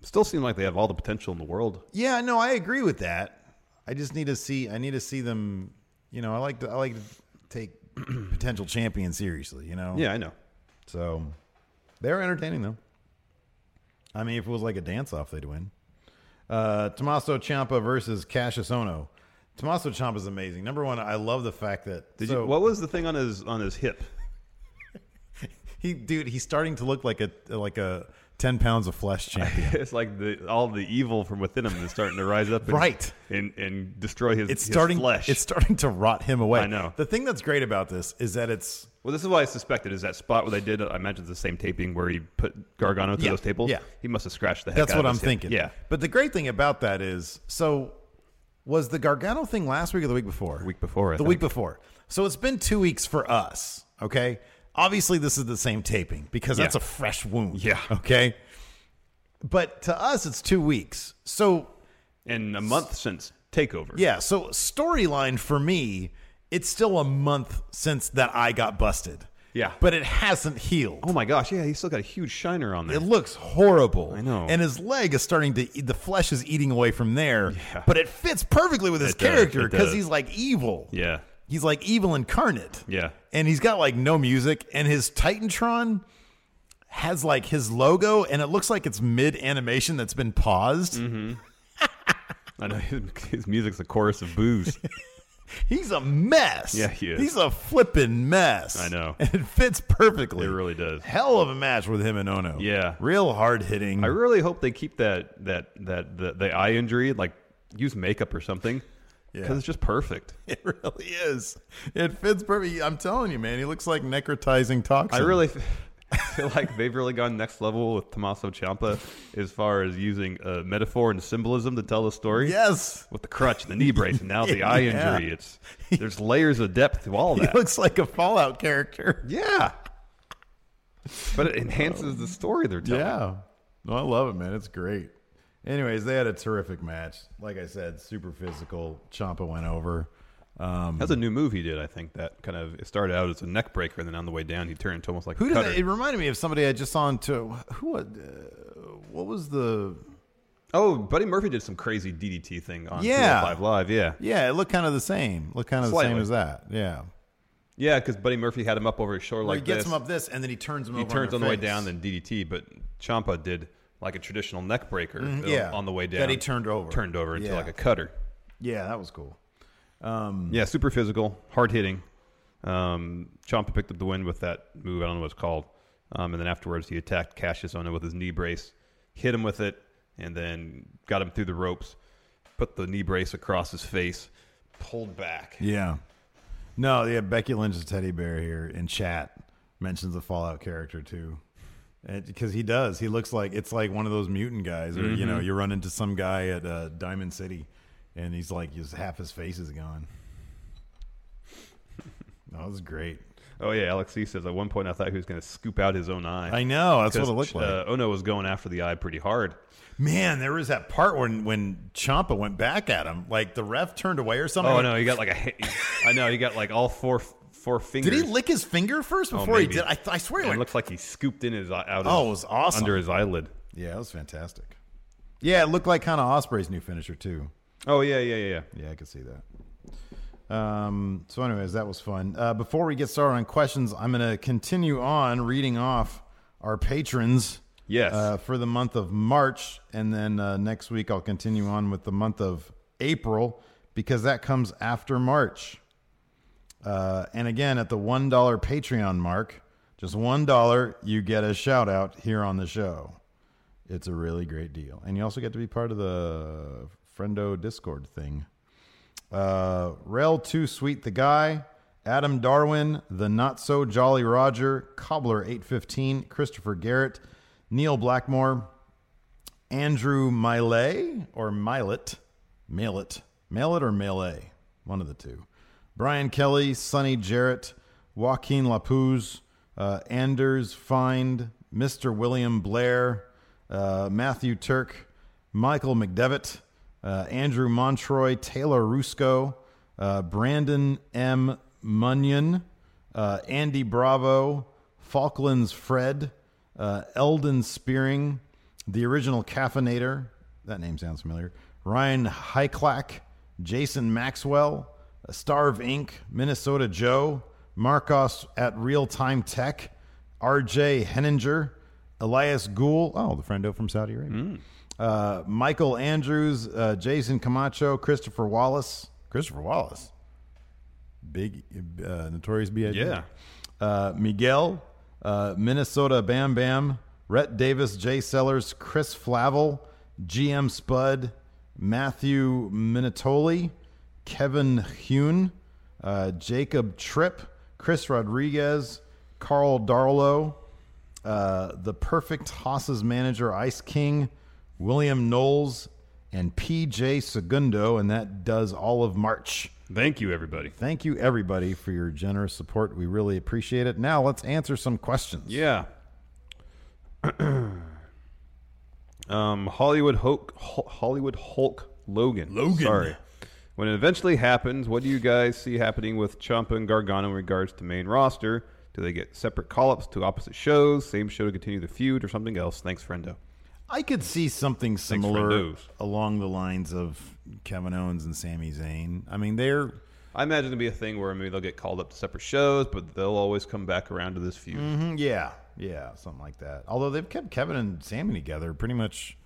[SPEAKER 7] Still seem like they have all the potential in the world.
[SPEAKER 6] Yeah, no, I agree with that. I just need to see, I need to see them, you know, I like to, I like to take potential champion seriously, you know?
[SPEAKER 7] Yeah, I know.
[SPEAKER 6] So they're entertaining though. I mean, if it was like a dance off, they'd win. Uh, Tommaso Ciampa versus Cassius Ono. Tommaso Ciampa is amazing. Number one, I love the fact that
[SPEAKER 7] Did
[SPEAKER 6] so-
[SPEAKER 7] you? What was the thing on his on his hip?
[SPEAKER 6] he dude he's starting to look like a like a ten pounds of flesh champion.
[SPEAKER 7] it's like the all the evil from within him is starting to rise up, and,
[SPEAKER 6] Right.
[SPEAKER 7] And and destroy his.
[SPEAKER 6] It's
[SPEAKER 7] his
[SPEAKER 6] starting
[SPEAKER 7] flesh.
[SPEAKER 6] It's starting to rot him away.
[SPEAKER 7] I know.
[SPEAKER 6] The thing that's great about this is that it's
[SPEAKER 7] Well, this is what I suspected is that spot where they did. I imagine it's the same taping where he put Gargano through
[SPEAKER 6] Yeah,
[SPEAKER 7] those tables.
[SPEAKER 6] yeah.
[SPEAKER 7] he must have scratched the heck.
[SPEAKER 6] that's
[SPEAKER 7] out
[SPEAKER 6] what
[SPEAKER 7] of
[SPEAKER 6] I'm
[SPEAKER 7] his hip.
[SPEAKER 6] thinking.
[SPEAKER 7] Yeah,
[SPEAKER 6] But the great thing about that is so was the Gargano thing last week or the week before?
[SPEAKER 7] week before. I
[SPEAKER 6] the
[SPEAKER 7] think.
[SPEAKER 6] week before. So it's been two weeks for us. Okay. Obviously, this is the same taping because that's
[SPEAKER 7] Yeah.
[SPEAKER 6] a fresh wound.
[SPEAKER 7] Yeah.
[SPEAKER 6] Okay. But to us, it's two weeks. So
[SPEAKER 7] and a month since takeover.
[SPEAKER 6] yeah. So storyline for me, it's still a month since that I got busted.
[SPEAKER 7] Yeah.
[SPEAKER 6] But it hasn't healed.
[SPEAKER 7] Oh my gosh. Yeah, he's still got a huge shiner on there.
[SPEAKER 6] It looks horrible.
[SPEAKER 7] I know.
[SPEAKER 6] And his leg is starting to, the flesh is eating away from there. But it fits perfectly with his
[SPEAKER 7] It does,
[SPEAKER 6] character
[SPEAKER 7] it
[SPEAKER 6] because
[SPEAKER 7] does.
[SPEAKER 6] he's like evil.
[SPEAKER 7] yeah.
[SPEAKER 6] He's like evil incarnate.
[SPEAKER 7] Yeah.
[SPEAKER 6] And he's got like no music. And his Titantron has like his logo and it looks like it's mid animation that's been paused.
[SPEAKER 7] Mm-hmm. I know his, his music's a chorus of boos.
[SPEAKER 6] He's a mess.
[SPEAKER 7] Yeah, he is.
[SPEAKER 6] He's a flippin' mess.
[SPEAKER 7] I know.
[SPEAKER 6] And it fits perfectly.
[SPEAKER 7] It really does.
[SPEAKER 6] Hell of a match with him and Ono.
[SPEAKER 7] Yeah.
[SPEAKER 6] Real hard hitting.
[SPEAKER 7] I really hope they keep that that that the, the eye injury like use makeup or something because
[SPEAKER 6] Yeah.
[SPEAKER 7] it's just perfect.
[SPEAKER 6] it really is. It fits perfect. I'm telling you, man, he looks like necrotizing
[SPEAKER 7] I
[SPEAKER 6] toxin.
[SPEAKER 7] really f- feel like they've really gone next level with Tommaso Ciampa as far as using uh, metaphor and symbolism to tell the story.
[SPEAKER 6] Yes.
[SPEAKER 7] With the crutch and the knee brace and now the eye
[SPEAKER 6] Yeah.
[SPEAKER 7] injury. It's there's layers of depth to all
[SPEAKER 6] He
[SPEAKER 7] that.
[SPEAKER 6] looks like a Fallout character.
[SPEAKER 7] yeah. But it enhances the story they're telling.
[SPEAKER 6] Yeah. No, I love it, man. It's great. Anyways, they had a terrific match. Like I said, super physical. Champa went over. Um,
[SPEAKER 7] That's a new move he did, I think, that kind of it started out as a neck breaker and then on the way down he turned into almost like
[SPEAKER 6] who
[SPEAKER 7] a
[SPEAKER 6] did
[SPEAKER 7] cutter.
[SPEAKER 6] that, it reminded me of somebody I just saw on to who was- uh, what was the
[SPEAKER 7] Oh, Buddy Murphy did some crazy DDT thing on oh
[SPEAKER 6] Yeah.
[SPEAKER 7] Five Live, yeah.
[SPEAKER 6] yeah, it looked kind of the same. Looked kind of the same
[SPEAKER 7] Slightly.
[SPEAKER 6] as that. Yeah.
[SPEAKER 7] Yeah, because Buddy Murphy had him up over his shoulder
[SPEAKER 6] Where
[SPEAKER 7] like
[SPEAKER 6] he gets
[SPEAKER 7] this.
[SPEAKER 6] him up this and then he turns him
[SPEAKER 7] he
[SPEAKER 6] over.
[SPEAKER 7] turns
[SPEAKER 6] their
[SPEAKER 7] on the way
[SPEAKER 6] face.
[SPEAKER 7] down than DDT, but Champa did like a traditional neck breaker
[SPEAKER 6] Mhm,
[SPEAKER 7] uh,
[SPEAKER 6] yeah.
[SPEAKER 7] on the way down.
[SPEAKER 6] That he turned over.
[SPEAKER 7] Turned over into
[SPEAKER 6] Yeah. Mm.
[SPEAKER 7] like a cutter.
[SPEAKER 6] Yeah, that was cool.
[SPEAKER 7] Yeah, super physical, hard hitting. Um, Champa picked up the win with that move. I don't know what it's called. Um, and then afterwards, he attacked Cassius Ono with his knee brace, hit him with it, and then got him through the ropes, put the knee brace across his face, pulled back.
[SPEAKER 6] Yeah. No, yeah, Becky Lynch's teddy bear here in chat mentions the Fallout character too. Because he does. He looks like it's like one of those mutant guys, or you
[SPEAKER 7] Mm-hmm.
[SPEAKER 6] know, you run into some guy at uh, Diamond City, and he's like, his half his face is gone. That was great.
[SPEAKER 7] Oh, yeah. Alex C says, at one point, I thought he was going to scoop out his own eye.
[SPEAKER 6] I know that's what it looked
[SPEAKER 7] Because,
[SPEAKER 6] like.
[SPEAKER 7] Uh, Ono was going after the eye pretty hard.
[SPEAKER 6] Man, there was that part when when Champa went back at him, like the ref turned away or something.
[SPEAKER 7] Oh no, he got like a. ha- I know he got like all four four fingers.
[SPEAKER 6] Did he lick his finger first
[SPEAKER 7] Oh,
[SPEAKER 6] before he
[SPEAKER 7] maybe.
[SPEAKER 6] did? I, th- I swear,
[SPEAKER 7] And
[SPEAKER 6] he
[SPEAKER 7] it
[SPEAKER 6] went
[SPEAKER 7] looks like he scooped in his eye out.
[SPEAKER 6] Oh,
[SPEAKER 7] his,
[SPEAKER 6] it was awesome.
[SPEAKER 7] under his eyelid.
[SPEAKER 6] Yeah, that was fantastic. Yeah, it looked like kind of Osprey's new finisher too.
[SPEAKER 7] Oh yeah, yeah, yeah, yeah.
[SPEAKER 6] Yeah, I could see that. Um, so, anyways, that was fun. Uh, before we get started on questions, I'm going to continue on reading off our patrons.
[SPEAKER 7] Yes.
[SPEAKER 6] Uh, for the month of March, and then uh, next week I'll continue on with the month of April because that comes after March. Uh, and again, at the one dollar Patreon mark, just one dollar, you get a shout out here on the show. It's a really great deal, and you also get to be part of the Friendo Discord thing. Uh, Rail Too Sweet the Guy, Adam Darwin, The Not So Jolly Roger, Cobbler 815, Christopher Garrett, Neil Blackmore, Andrew Miley or Milet, Mailet, Mailet or Melee, one of the two. Brian Kelly, Sonny Jarrett, Joaquin Lapuz, uh, Anders Find, Mr. William Blair, uh, Matthew Turk, Michael McDevitt, uh, Andrew Montroy, Taylor Rusco, uh, Brandon M. Munyon, uh, Andy Bravo, Falklands Fred, uh, Eldon Spearing, the original Caffeinator. That name sounds familiar. Ryan Hyclack, Jason Maxwell, Star of Inc., Minnesota Joe, Marcos at Real Time Tech, RJ Henninger, Elias Gould, oh, the friendo from Saudi Arabia, uh, Michael Andrews, uh, Jason Camacho, Christopher Wallace. Christopher Wallace, big, uh, notorious B.I.G.
[SPEAKER 7] Yeah.
[SPEAKER 6] Uh, Miguel, uh, Minnesota Bam Bam, Rhett Davis, Jay Sellers, Chris Flavel, GM Spud, Matthew Minatoli, Kevin Hune, uh, Jacob Tripp, Chris Rodriguez, Carl Darlow, uh, the perfect Haas's manager, Ice King, William Knowles, and PJ Segundo, and that does all of March.
[SPEAKER 7] Thank you, everybody.
[SPEAKER 6] Thank you, everybody, for your generous support. We really appreciate it. Now, let's answer some questions.
[SPEAKER 7] Yeah. um, Hollywood Hulk, Hul- Hollywood Hulk Logan. Logan. Sorry. When it eventually happens, what do you guys see happening with Ciampa and Gargano in regards to main roster? Do they get separate call-ups to opposite shows, same show to continue the feud, or something else? Thanks, friendo.
[SPEAKER 6] I could see something
[SPEAKER 7] for
[SPEAKER 6] similar
[SPEAKER 7] those.
[SPEAKER 6] along the lines of Kevin Owens and Sami Zayn. I mean, they're
[SPEAKER 7] I imagine it'll be a thing where maybe they'll get called up to separate shows, but they'll always come back around to this feud.
[SPEAKER 6] Mhm, yeah, yeah, something like that. Although they've kept Kevin and Sammy together pretty much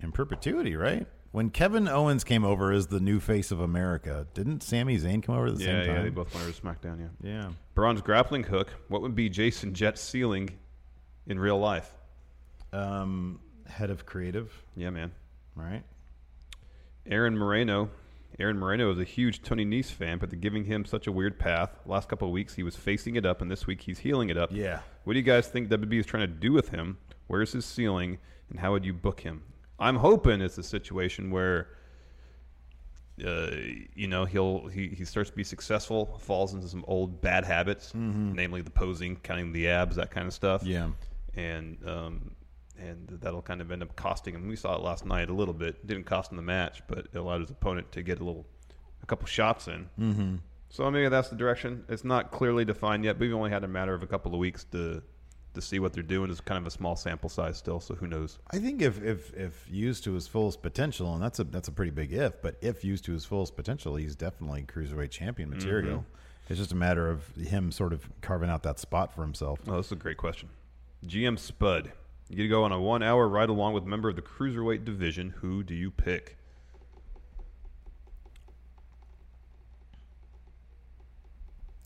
[SPEAKER 6] in perpetuity, right? When Kevin Owens came over as the new face of America, didn't Sami Zayn come over at the
[SPEAKER 7] yeah,
[SPEAKER 6] same
[SPEAKER 7] yeah,
[SPEAKER 6] time?
[SPEAKER 7] they both went over to SmackDown. Yeah.
[SPEAKER 6] yeah.
[SPEAKER 7] Braun's grappling hook. What would be Jason Jet's ceiling in real life?
[SPEAKER 6] Um, head of creative,
[SPEAKER 7] Yeah, man.
[SPEAKER 6] right?
[SPEAKER 7] Aaron Moreno. Aaron Moreno is a huge Tony Nese fan, but they're giving him such a weird path. Last couple of weeks, he was facing it up, and this week he's healing it up.
[SPEAKER 6] Yeah.
[SPEAKER 7] What do you guys think WB is trying to do with him? Where's his ceiling, and how would you book him? I'm hoping it's a situation where, uh, you know, he'll he, he starts to be successful, falls into some old bad habits, namely the posing, counting the abs, that kind of stuff
[SPEAKER 6] Yeah.
[SPEAKER 7] and um, and that'll kind of end up costing him. We saw it last night a little bit. Didn't cost him the match, but it allowed his opponent to get a little, a couple shots in. Mm-hmm. So maybe that's the direction. It's not clearly defined yet. We've only had a matter of a couple of weeks to to see what they're doing. It's kind of a small sample size still, so who knows?
[SPEAKER 6] I think if, if if used to his fullest potential, and that's a that's a pretty big if, but if used to his fullest potential, he's definitely cruiserweight champion
[SPEAKER 7] Mm-hmm.
[SPEAKER 6] material. It's just a matter of him sort of carving out that spot for himself.
[SPEAKER 7] Oh, this is a great question. GM Spud, you get to go on a one-hour ride along with a member of the cruiserweight division. Who do you pick?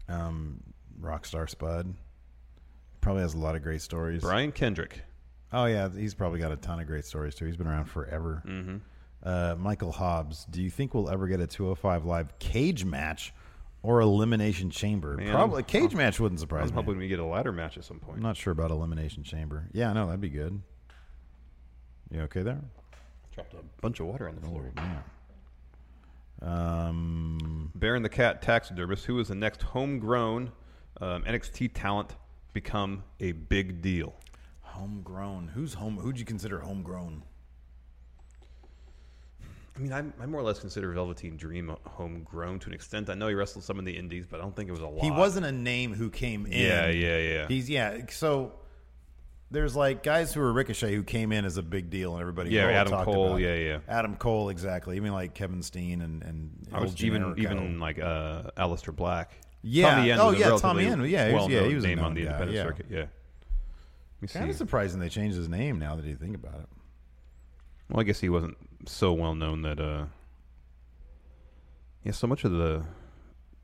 [SPEAKER 6] Um, Rockstar Spud probably has a lot of great stories.
[SPEAKER 7] Brian Kendrick.
[SPEAKER 6] Oh yeah, he's probably got a ton of great stories too. He's been around forever. Mm-hmm. Uh, Michael Hobbs, do you think we'll ever get a 205 live cage match or elimination chamber?
[SPEAKER 7] Man,
[SPEAKER 6] probably
[SPEAKER 7] I'm-
[SPEAKER 6] cage match wouldn't surprise
[SPEAKER 7] I'm
[SPEAKER 6] me.
[SPEAKER 7] hoping we get a ladder match at some point.
[SPEAKER 6] I'm not sure about Elimination Chamber. Yeah, no, that'd be good. You okay there?
[SPEAKER 7] Dropped a bunch of water on the floor.
[SPEAKER 6] Yeah. Um,
[SPEAKER 7] Baron the Cat Taxidermist, who is the next homegrown um, NXT talent become a big deal?
[SPEAKER 6] homegrown. Who's home? Who'd you consider homegrown?
[SPEAKER 7] I mean, I, I more or less consider Velveteen Dream a- homegrown to an extent. I know he wrestled some in the Indies, but I don't think it was a lot.
[SPEAKER 6] He wasn't a name who came in.
[SPEAKER 7] Yeah, yeah, yeah.
[SPEAKER 6] He's yeah. So there's like guys who were Ricochet who came in as a big deal, and everybody
[SPEAKER 7] Yeah,
[SPEAKER 6] Cole
[SPEAKER 7] Adam
[SPEAKER 6] talked
[SPEAKER 7] Cole,
[SPEAKER 6] about.
[SPEAKER 7] yeah, yeah.
[SPEAKER 6] Adam Cole exactly. Even like Kevin Steen and and
[SPEAKER 7] I
[SPEAKER 6] El
[SPEAKER 7] was even
[SPEAKER 6] Generico.
[SPEAKER 7] even like uh, Alistair Black.
[SPEAKER 6] Yeah.
[SPEAKER 7] Tommy Yen
[SPEAKER 6] Oh,
[SPEAKER 7] was a
[SPEAKER 6] yeah,
[SPEAKER 7] relatively
[SPEAKER 6] Tommy Yen. Yeah, he was-
[SPEAKER 7] well-known
[SPEAKER 6] yeah, he was a
[SPEAKER 7] name on
[SPEAKER 6] known
[SPEAKER 7] the
[SPEAKER 6] guy,
[SPEAKER 7] independent
[SPEAKER 6] yeah.
[SPEAKER 7] circuit. Yeah. Let me
[SPEAKER 6] Kind of
[SPEAKER 7] see.
[SPEAKER 6] surprising they changed his name now that you think about it.
[SPEAKER 7] Well, I guess he wasn't so well known that. Uh, yeah, so much of the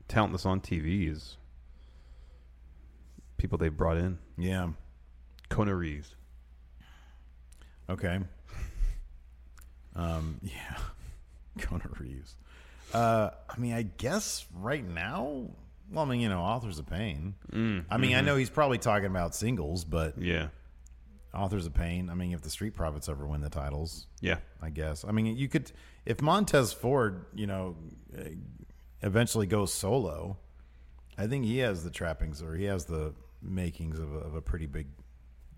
[SPEAKER 7] talent that's on TV is people they brought in.
[SPEAKER 6] Yeah.
[SPEAKER 7] Kona Reeves.
[SPEAKER 6] Okay. Um, yeah. Kona Reeves. Uh, I mean, I guess right now, well, I mean, you know, Authors of Pain. I mean, I know he's probably talking about singles, but
[SPEAKER 7] Yeah.
[SPEAKER 6] Authors of Pain, I mean, if the Street Profits ever win the titles,
[SPEAKER 7] Yeah.
[SPEAKER 6] I guess. I mean, you could, if Montez Ford, you know, eh, eventually goes solo, I think he has the trappings or he has the makings of a, of a pretty big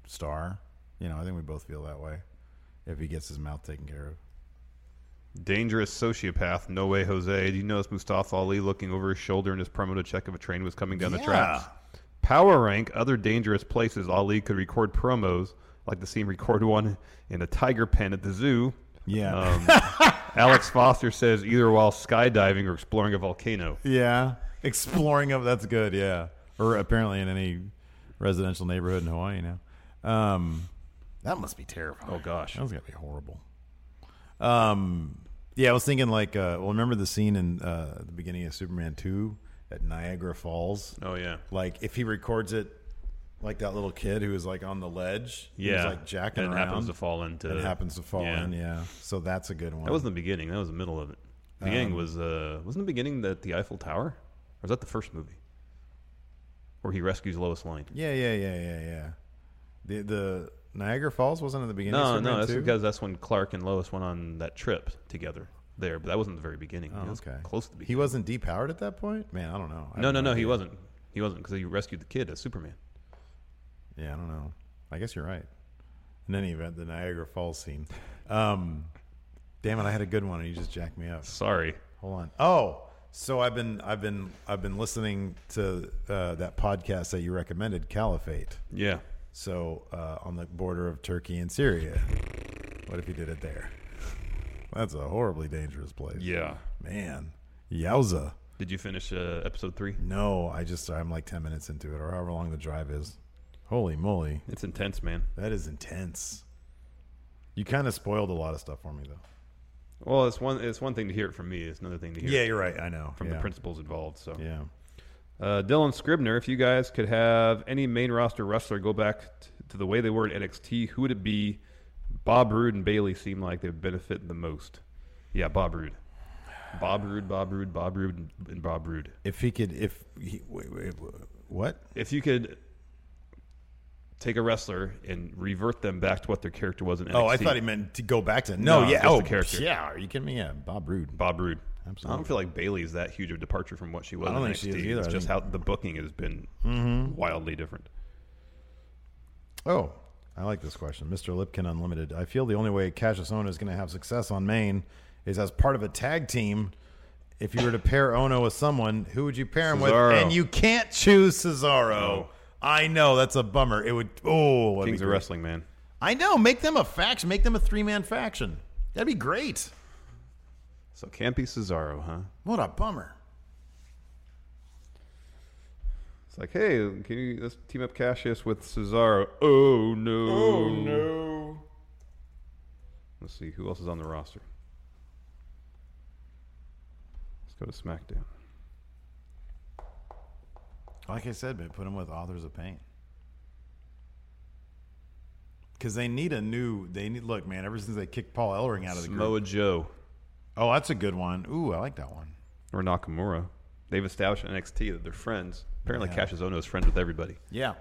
[SPEAKER 6] star. You know, I think we both feel that way if he gets his mouth taken care of.
[SPEAKER 7] Dangerous sociopath. No way, Jose. Do you notice Mustafa Ali looking over his shoulder in his promo to check if a train was coming down the
[SPEAKER 6] Yeah.
[SPEAKER 7] tracks? Power rank other dangerous places Ali could record promos. I'd like to see him record one in a tiger pen at the zoo.
[SPEAKER 6] Yeah.
[SPEAKER 7] Um, Alex Foster says either while skydiving or exploring a volcano.
[SPEAKER 6] Yeah. Exploring of that's good, yeah. Or apparently in any residential neighborhood in Hawaii now. Um
[SPEAKER 1] That must be terrifying.
[SPEAKER 7] Oh gosh.
[SPEAKER 6] that was gonna be horrible. Um yeah, I was thinking like uh well remember the scene in uh the beginning of Superman two at Niagara Falls?
[SPEAKER 7] Oh yeah.
[SPEAKER 6] Like if he records it like that little kid who was like on the ledge, he was,
[SPEAKER 7] Yeah.
[SPEAKER 6] like jacking
[SPEAKER 7] And
[SPEAKER 6] around,
[SPEAKER 7] happens to fall into-
[SPEAKER 6] and happens to fall
[SPEAKER 7] Yeah.
[SPEAKER 6] in, yeah. So that's a good one.
[SPEAKER 7] That wasn't the beginning. That was the middle of it. The
[SPEAKER 6] Um,
[SPEAKER 7] beginning was uh wasn't the beginning that the Eiffel Tower? Or was that the first movie? Where he rescues Lois Lane.
[SPEAKER 6] Yeah, yeah, yeah, yeah, yeah. The the Niagara Falls wasn't at the beginning.
[SPEAKER 7] No,
[SPEAKER 6] of
[SPEAKER 7] no,
[SPEAKER 6] Superman
[SPEAKER 7] that's
[SPEAKER 6] two?
[SPEAKER 7] because that's when Clark and Lois went on that trip together there, but that wasn't the very beginning.
[SPEAKER 6] Oh,
[SPEAKER 7] It was
[SPEAKER 6] okay.
[SPEAKER 7] Close to the beginning.
[SPEAKER 6] he wasn't depowered at that point. Man, I don't know. I
[SPEAKER 7] No,
[SPEAKER 6] have
[SPEAKER 7] no, no, he
[SPEAKER 6] idea.
[SPEAKER 7] wasn't. He wasn't because he rescued the kid as Superman.
[SPEAKER 6] Yeah, I don't know. I guess you're right. In any event, the Niagara Falls scene. Um, damn it, I had a good one, and you just jacked me up.
[SPEAKER 7] Sorry.
[SPEAKER 6] Hold on. Oh, so I've been, I've been, I've been listening to uh, that podcast that you recommended, Caliphate.
[SPEAKER 7] Yeah.
[SPEAKER 6] So uh, on the border of Turkey and Syria. What if you did it there? That's a horribly dangerous place.
[SPEAKER 7] Yeah.
[SPEAKER 6] Man, yowza.
[SPEAKER 7] Did you finish uh, episode three?
[SPEAKER 6] No, I just I'm like ten minutes into it, or however long the drive is. Holy moly,
[SPEAKER 7] It's intense, man.
[SPEAKER 6] that is intense. You kind of spoiled a lot of stuff for me, though.
[SPEAKER 7] Well, it's one it's one thing to hear it from me. It's another thing to hear it
[SPEAKER 6] you're right. I know
[SPEAKER 7] from
[SPEAKER 6] Yeah.
[SPEAKER 7] the principals involved. So,
[SPEAKER 6] Yeah,
[SPEAKER 7] uh, Dylan Scribner, if you guys could have any main roster wrestler go back t- to the way they were at NXT, who would it be? Bob Roode and Bailey seem like they would benefit the most. Yeah, Bob Roode. Bob Roode, Bob Roode, Bob Roode, and- and Bob Roode.
[SPEAKER 6] if he could, if he, wait, wait, wait, what?
[SPEAKER 7] if you could take a wrestler and revert them back to what their character was in NXT.
[SPEAKER 6] Oh, I thought he meant to go back to no,
[SPEAKER 7] No,
[SPEAKER 6] yeah,
[SPEAKER 7] just
[SPEAKER 6] oh,
[SPEAKER 7] the character.
[SPEAKER 6] yeah. Are you kidding me? Yeah, Bob Roode.
[SPEAKER 7] Bob Roode.
[SPEAKER 6] Absolutely.
[SPEAKER 7] I don't feel like Bailey is that huge of a departure from what she was
[SPEAKER 6] I don't
[SPEAKER 7] in
[SPEAKER 6] think she
[SPEAKER 7] NXT.
[SPEAKER 6] is either. Mm-hmm.
[SPEAKER 7] It's
[SPEAKER 6] I
[SPEAKER 7] just
[SPEAKER 6] think-
[SPEAKER 7] how the booking has been wildly different.
[SPEAKER 6] Oh, I like this question. Mr. Lipkin Unlimited. I feel the only way Cassius Ono is going to have success on Maine is as part of a tag team. If you were to pair Ono with someone, who would you pair him
[SPEAKER 7] Cesaro.
[SPEAKER 6] with? And you can't choose Cesaro.
[SPEAKER 7] No.
[SPEAKER 6] I know that's a bummer. It would. Oh, that'd be
[SPEAKER 7] Kings of
[SPEAKER 6] great.
[SPEAKER 7] Wrestling, man.
[SPEAKER 6] I know. Make them a faction. Make them a three man faction. That'd be great.
[SPEAKER 7] So can't be Cesaro, huh?
[SPEAKER 6] What a bummer.
[SPEAKER 7] It's like, hey, can you let's team up Cassius with Cesaro? Oh no! Oh no! Let's see who else is on the roster. Let's go to SmackDown.
[SPEAKER 6] Like I said, but put him with authors of pain. Because they need a new. They need look, man. Ever since they kicked Paul Ellering out of the group,
[SPEAKER 7] Samoa Joe.
[SPEAKER 6] Oh, that's a good one. Ooh, I like that one.
[SPEAKER 7] or Nakamura, they've established in NXT that they're friends. Apparently, Cassius Ohno is friends with everybody.
[SPEAKER 6] Yeah.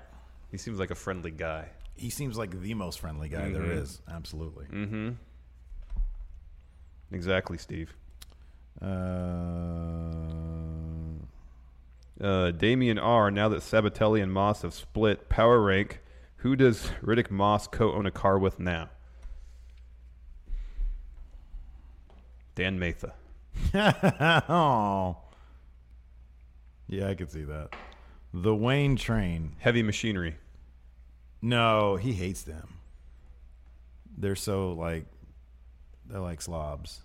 [SPEAKER 7] He seems like a friendly guy.
[SPEAKER 6] He seems like the most friendly guy there is. Absolutely.
[SPEAKER 7] Exactly, Steve.
[SPEAKER 6] Uh,
[SPEAKER 7] Uh, Damian R. Now that Sabatelli and Moss have split power rank, who does Riddick Moss co-own a car with now? Dan Matha.
[SPEAKER 6] oh. Yeah, I could see that. The Wayne train.
[SPEAKER 7] Heavy machinery.
[SPEAKER 6] No, he hates them. They're so like, they're like slobs.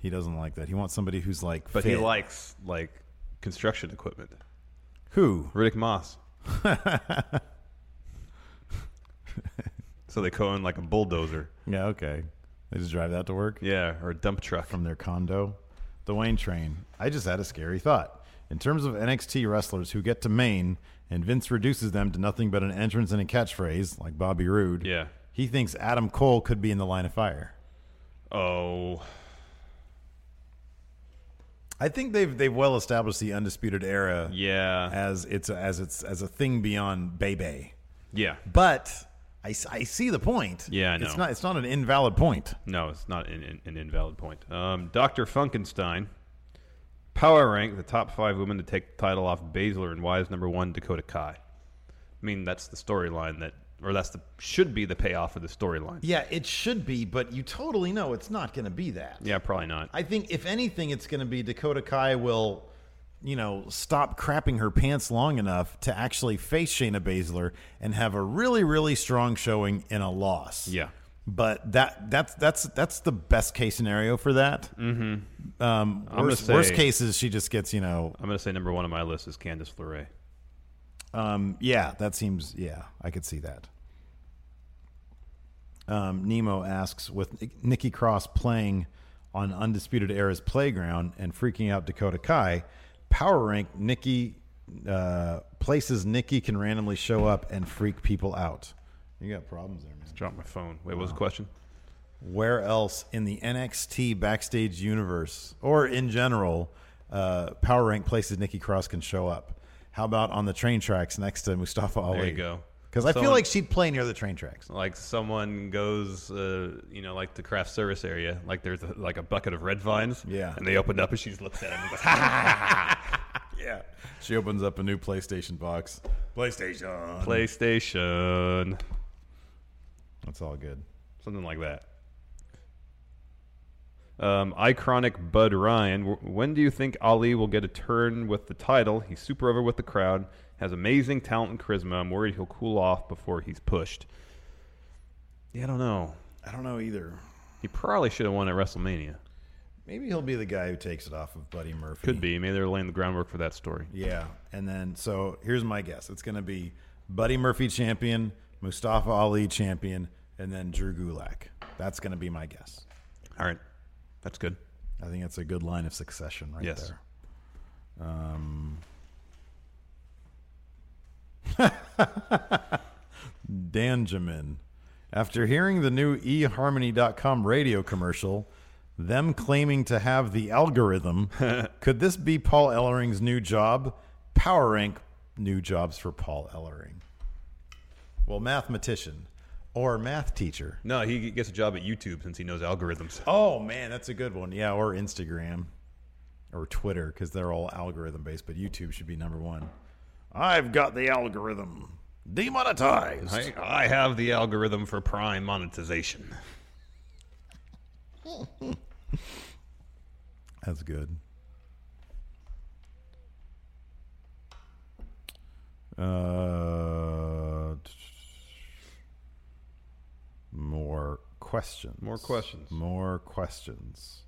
[SPEAKER 6] He doesn't like that. He wants somebody who's like,
[SPEAKER 7] But he
[SPEAKER 6] fit.
[SPEAKER 7] likes like construction equipment.
[SPEAKER 6] who?
[SPEAKER 7] Riddick Moss. so they co-own like a bulldozer.
[SPEAKER 6] Yeah, okay. They just drive that to work.
[SPEAKER 7] Yeah, or a dump truck.
[SPEAKER 6] from their condo. The Wayne train. I just had a scary thought. In terms of NXT wrestlers who get to Maine and Vince reduces them to nothing but an entrance and a catchphrase, like Bobby Roode,
[SPEAKER 7] Yeah.
[SPEAKER 6] he thinks Adam Cole could be in the line of fire.
[SPEAKER 7] Oh,
[SPEAKER 6] I think they've they've well established the undisputed era
[SPEAKER 7] yeah,
[SPEAKER 6] as it's as it's as a thing beyond Bebe.
[SPEAKER 7] yeah.
[SPEAKER 6] But I, s- I see the point.
[SPEAKER 7] Yeah, I know.
[SPEAKER 6] it's not it's not an invalid point.
[SPEAKER 7] No, it's not an, an, an invalid point. Um, Doctor Funkenstein, power rank the top five women to take the title off Baszler, and why is number one Dakota Kai? I mean, that's the storyline that, or that's the should be the payoff of the storyline.
[SPEAKER 6] Yeah, it should be, but you totally know it's not going to be that.
[SPEAKER 7] Yeah, probably not.
[SPEAKER 6] I think if anything, it's going to be Dakota Kai will, you know, stop crapping her pants long enough to actually face Shayna Baszler and have a really, really strong showing in a loss.
[SPEAKER 7] yeah,
[SPEAKER 6] But that that's that's that's the best case scenario for that. Mm-hmm. Um,
[SPEAKER 7] I'm gonna
[SPEAKER 6] worst,
[SPEAKER 7] say-
[SPEAKER 6] worst case is she just gets you know.
[SPEAKER 7] I'm going to say number one on my list is Candice LeRae.
[SPEAKER 6] Um, yeah, that seems yeah, I could see that. Um, Nemo asks with Nic- Nikki Cross playing on Undisputed Era's playground and freaking out Dakota Kai, power rank Nikki uh, places Nikki can randomly show up and freak people out. You got problems there, man.
[SPEAKER 7] Drop my phone. Wait, what was the question?
[SPEAKER 6] where else in the NXT backstage universe or in general, uh, power rank places Nikki Cross can show up? How about on the train tracks next to Mustafa Ali?
[SPEAKER 7] There you go.
[SPEAKER 6] Because I feel
[SPEAKER 7] Someone-
[SPEAKER 6] like she'd play near the train tracks.
[SPEAKER 7] Like someone goes, uh, you know, like the craft service area, like there's a, like a bucket of red vines.
[SPEAKER 6] Yeah.
[SPEAKER 7] And they opened up and she just looks at him and goes, ha ha ha ha, ha.
[SPEAKER 6] Yeah. She opens up a new PlayStation box. PlayStation.
[SPEAKER 7] PlayStation.
[SPEAKER 6] That's all good.
[SPEAKER 7] Something like that. Um, iconic Bud Ryan. W- When do you think Ali will get a turn with the title? He's super over with the crowd, has amazing talent and charisma. I'm worried he'll cool off before he's pushed. Yeah, I don't know.
[SPEAKER 6] I don't know either.
[SPEAKER 7] He probably should have won at WrestleMania.
[SPEAKER 6] Maybe he'll be the guy who takes it off of Buddy Murphy.
[SPEAKER 7] Could be. Maybe they're laying the groundwork for that story.
[SPEAKER 6] Yeah. And then, so here's my guess it's going to be Buddy Murphy champion, Mustafa Ali champion, and then Drew Gulak. That's going to be my guess.
[SPEAKER 7] All right. That's good.
[SPEAKER 6] I think that's a good line of succession right
[SPEAKER 7] Yes.
[SPEAKER 6] there. Um, Danjamin. After hearing the new eHarmony.com radio commercial, them claiming to have the algorithm, could this be Paul Ellering's new job? Power Rank new jobs for Paul Ellering. Well, mathematician or math teacher.
[SPEAKER 7] No, he gets a job at YouTube since he knows algorithms.
[SPEAKER 6] Oh man, that's a good one. Yeah, or Instagram or Twitter because they're all algorithm based, but YouTube should be number one. I've got the algorithm demonetized.
[SPEAKER 7] I, I have the algorithm for prime monetization.
[SPEAKER 6] That's good. Uh, t- more questions.
[SPEAKER 7] More questions.
[SPEAKER 6] More questions.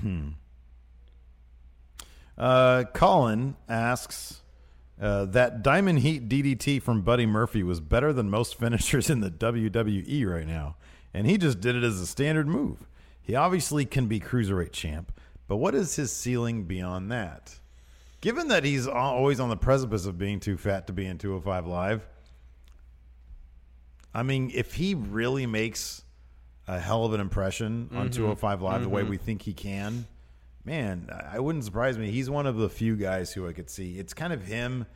[SPEAKER 6] Hmm. Uh, Colin asks uh, that Diamond Heat DDT from Buddy Murphy was better than most finishers in the WWE right now, and he just did it as a standard move. He obviously can be cruiserweight champ, but what is his ceiling beyond that? Given that he's al- always on the precipice of being too fat to be in 205 Live, I mean, if he really makes a hell of an impression on 205 Live the way we think he can, man, I I wouldn't surprise me. He's one of the few guys who I could see. It's kind of him,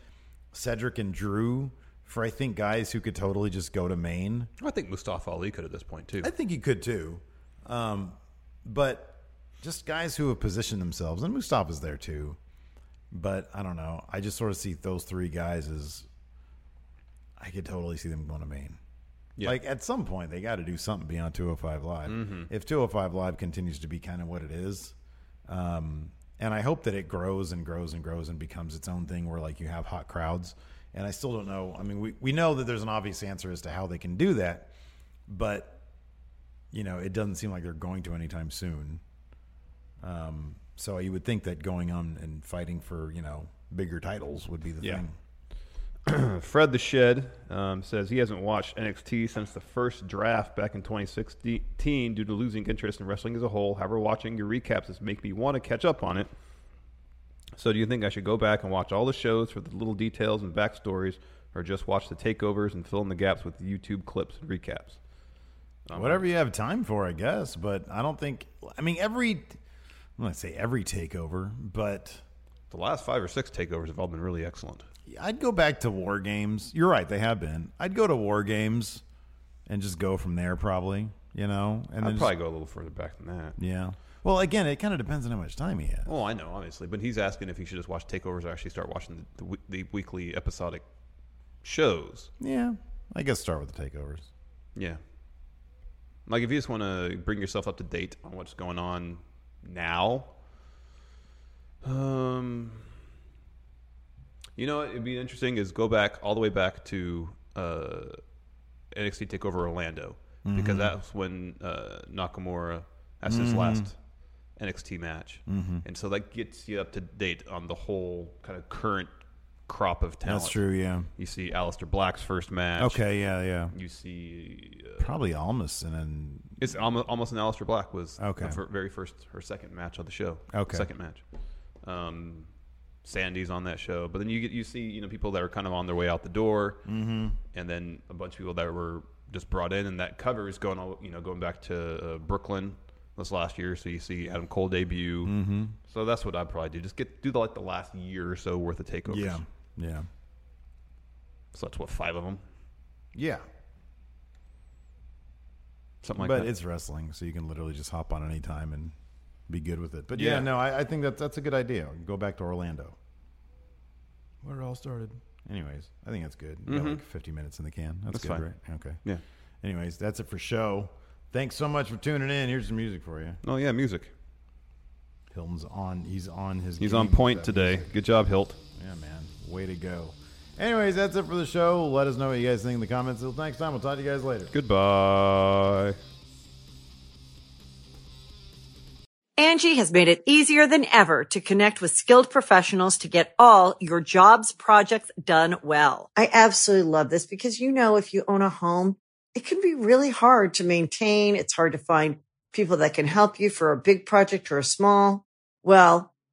[SPEAKER 6] Cedric, and Drew for, I think, guys who could totally just go to Maine.
[SPEAKER 7] I think Mustafa Ali could at this point, too.
[SPEAKER 6] I think he could too. Um, but just guys who have positioned themselves, and Mustafa's there too. But I don't know. I just sort of see those three guys as I could totally see them going to Maine.
[SPEAKER 7] Yeah. Mm-hmm.
[SPEAKER 6] Like at some point, they got to do something beyond 205 Live. If 205 Live continues to be kind of what it is, um, and I hope that it grows and grows and grows and becomes its own thing where like you have hot crowds. And I still don't know. I mean, we, we know that there's an obvious answer as to how they can do that, but you know, it doesn't seem like they're going to anytime soon. Um, so you would think that going on and fighting for you know bigger titles would be the
[SPEAKER 7] Yeah.
[SPEAKER 6] thing.
[SPEAKER 7] Fred the Shed um, says he hasn't watched NXT since the first draft back in 2016 due to losing interest in wrestling as a whole. However, watching your recaps has made me want to catch up on it. So, do you think I should go back and watch all the shows for the little details and backstories, or just watch the takeovers and fill in the gaps with YouTube clips and recaps?
[SPEAKER 6] Whatever you have time for, I guess. But I don't think. I mean, every I'm not gonna say every takeover, but
[SPEAKER 7] The last five or six takeovers have all been really excellent.
[SPEAKER 6] I'd go back to war games. You're right; they have been. I'd go to war games and just go from there, probably. You know, and
[SPEAKER 7] I'd
[SPEAKER 6] then
[SPEAKER 7] probably go a little further back than that.
[SPEAKER 6] just, yeah. Well, again, it kind of depends on how much time he has.
[SPEAKER 7] Oh, I know, obviously, but he's asking if he should just watch takeovers or actually start watching the, the, we- the weekly episodic shows.
[SPEAKER 6] Yeah, I guess start with the takeovers.
[SPEAKER 7] Yeah. Like if you just want to bring yourself up to date on what's going on now. Um You know, what it'd be interesting is go back all the way back to uh, NXT Takeover Orlando because
[SPEAKER 6] Mhm.
[SPEAKER 7] that's when uh, Nakamura that's his
[SPEAKER 6] Mhm.
[SPEAKER 7] last NXT match,
[SPEAKER 6] Mhm.
[SPEAKER 7] and so that gets you up to date on the whole kind of current crop of talent.
[SPEAKER 6] That's true, yeah.
[SPEAKER 7] You see Alistair Black's first match.
[SPEAKER 6] Okay, yeah, yeah.
[SPEAKER 7] You see
[SPEAKER 6] Probably almost and then
[SPEAKER 7] it's almost, almost an Alistair Black was
[SPEAKER 6] Okay.
[SPEAKER 7] the fir- very first her second match on the show.
[SPEAKER 6] Okay.
[SPEAKER 7] second match. Um, Sandy's on that show, but then you get you see you know people that are kind of on their way out the door,
[SPEAKER 6] Mhm.
[SPEAKER 7] and then a bunch of people that were just brought in, and that cover is going all you know going back to uh, Brooklyn this last year. So you see Adam Cole debut.
[SPEAKER 6] Mhm.
[SPEAKER 7] So that's what I'd probably do. Just get do the, like the last year or so worth of takeovers.
[SPEAKER 6] Yeah. Yeah.
[SPEAKER 7] So that's what five of them.
[SPEAKER 6] Yeah.
[SPEAKER 7] Something like
[SPEAKER 6] but
[SPEAKER 7] that.
[SPEAKER 6] it's wrestling, so you can literally just hop on any time and be good with it. But yeah,
[SPEAKER 7] Yeah.
[SPEAKER 6] no, I, I think that's that's a good idea. Go back to Orlando.
[SPEAKER 8] Where it all started.
[SPEAKER 6] Anyways, I think that's good. We got
[SPEAKER 8] Mhm.
[SPEAKER 6] like 50 minutes in the can. That's,
[SPEAKER 8] That's
[SPEAKER 6] good,
[SPEAKER 8] fine.
[SPEAKER 6] right? Okay.
[SPEAKER 7] Mm-hmm. Yeah.
[SPEAKER 6] Anyways, that's it for show. Thanks so much for tuning in. Here's some music for you.
[SPEAKER 7] Oh yeah, music.
[SPEAKER 6] Hilton's on. He's on his.
[SPEAKER 7] He's
[SPEAKER 6] game
[SPEAKER 7] on
[SPEAKER 6] with
[SPEAKER 7] point
[SPEAKER 6] that
[SPEAKER 7] today.
[SPEAKER 6] music.
[SPEAKER 7] Good job, Hilt.
[SPEAKER 6] Yeah, man. Way to go. Anyways, that's it for the show. Let us know what you guys think in the comments. Until next time, we'll talk to you guys later.
[SPEAKER 7] Goodbye.
[SPEAKER 9] Angie has made it easier than ever to connect with skilled professionals to get all your jobs projects done well.
[SPEAKER 10] I absolutely love this because, you know, if you own a home, it can be really hard to maintain. It's hard to find people that can help you for a big project or a small. Well,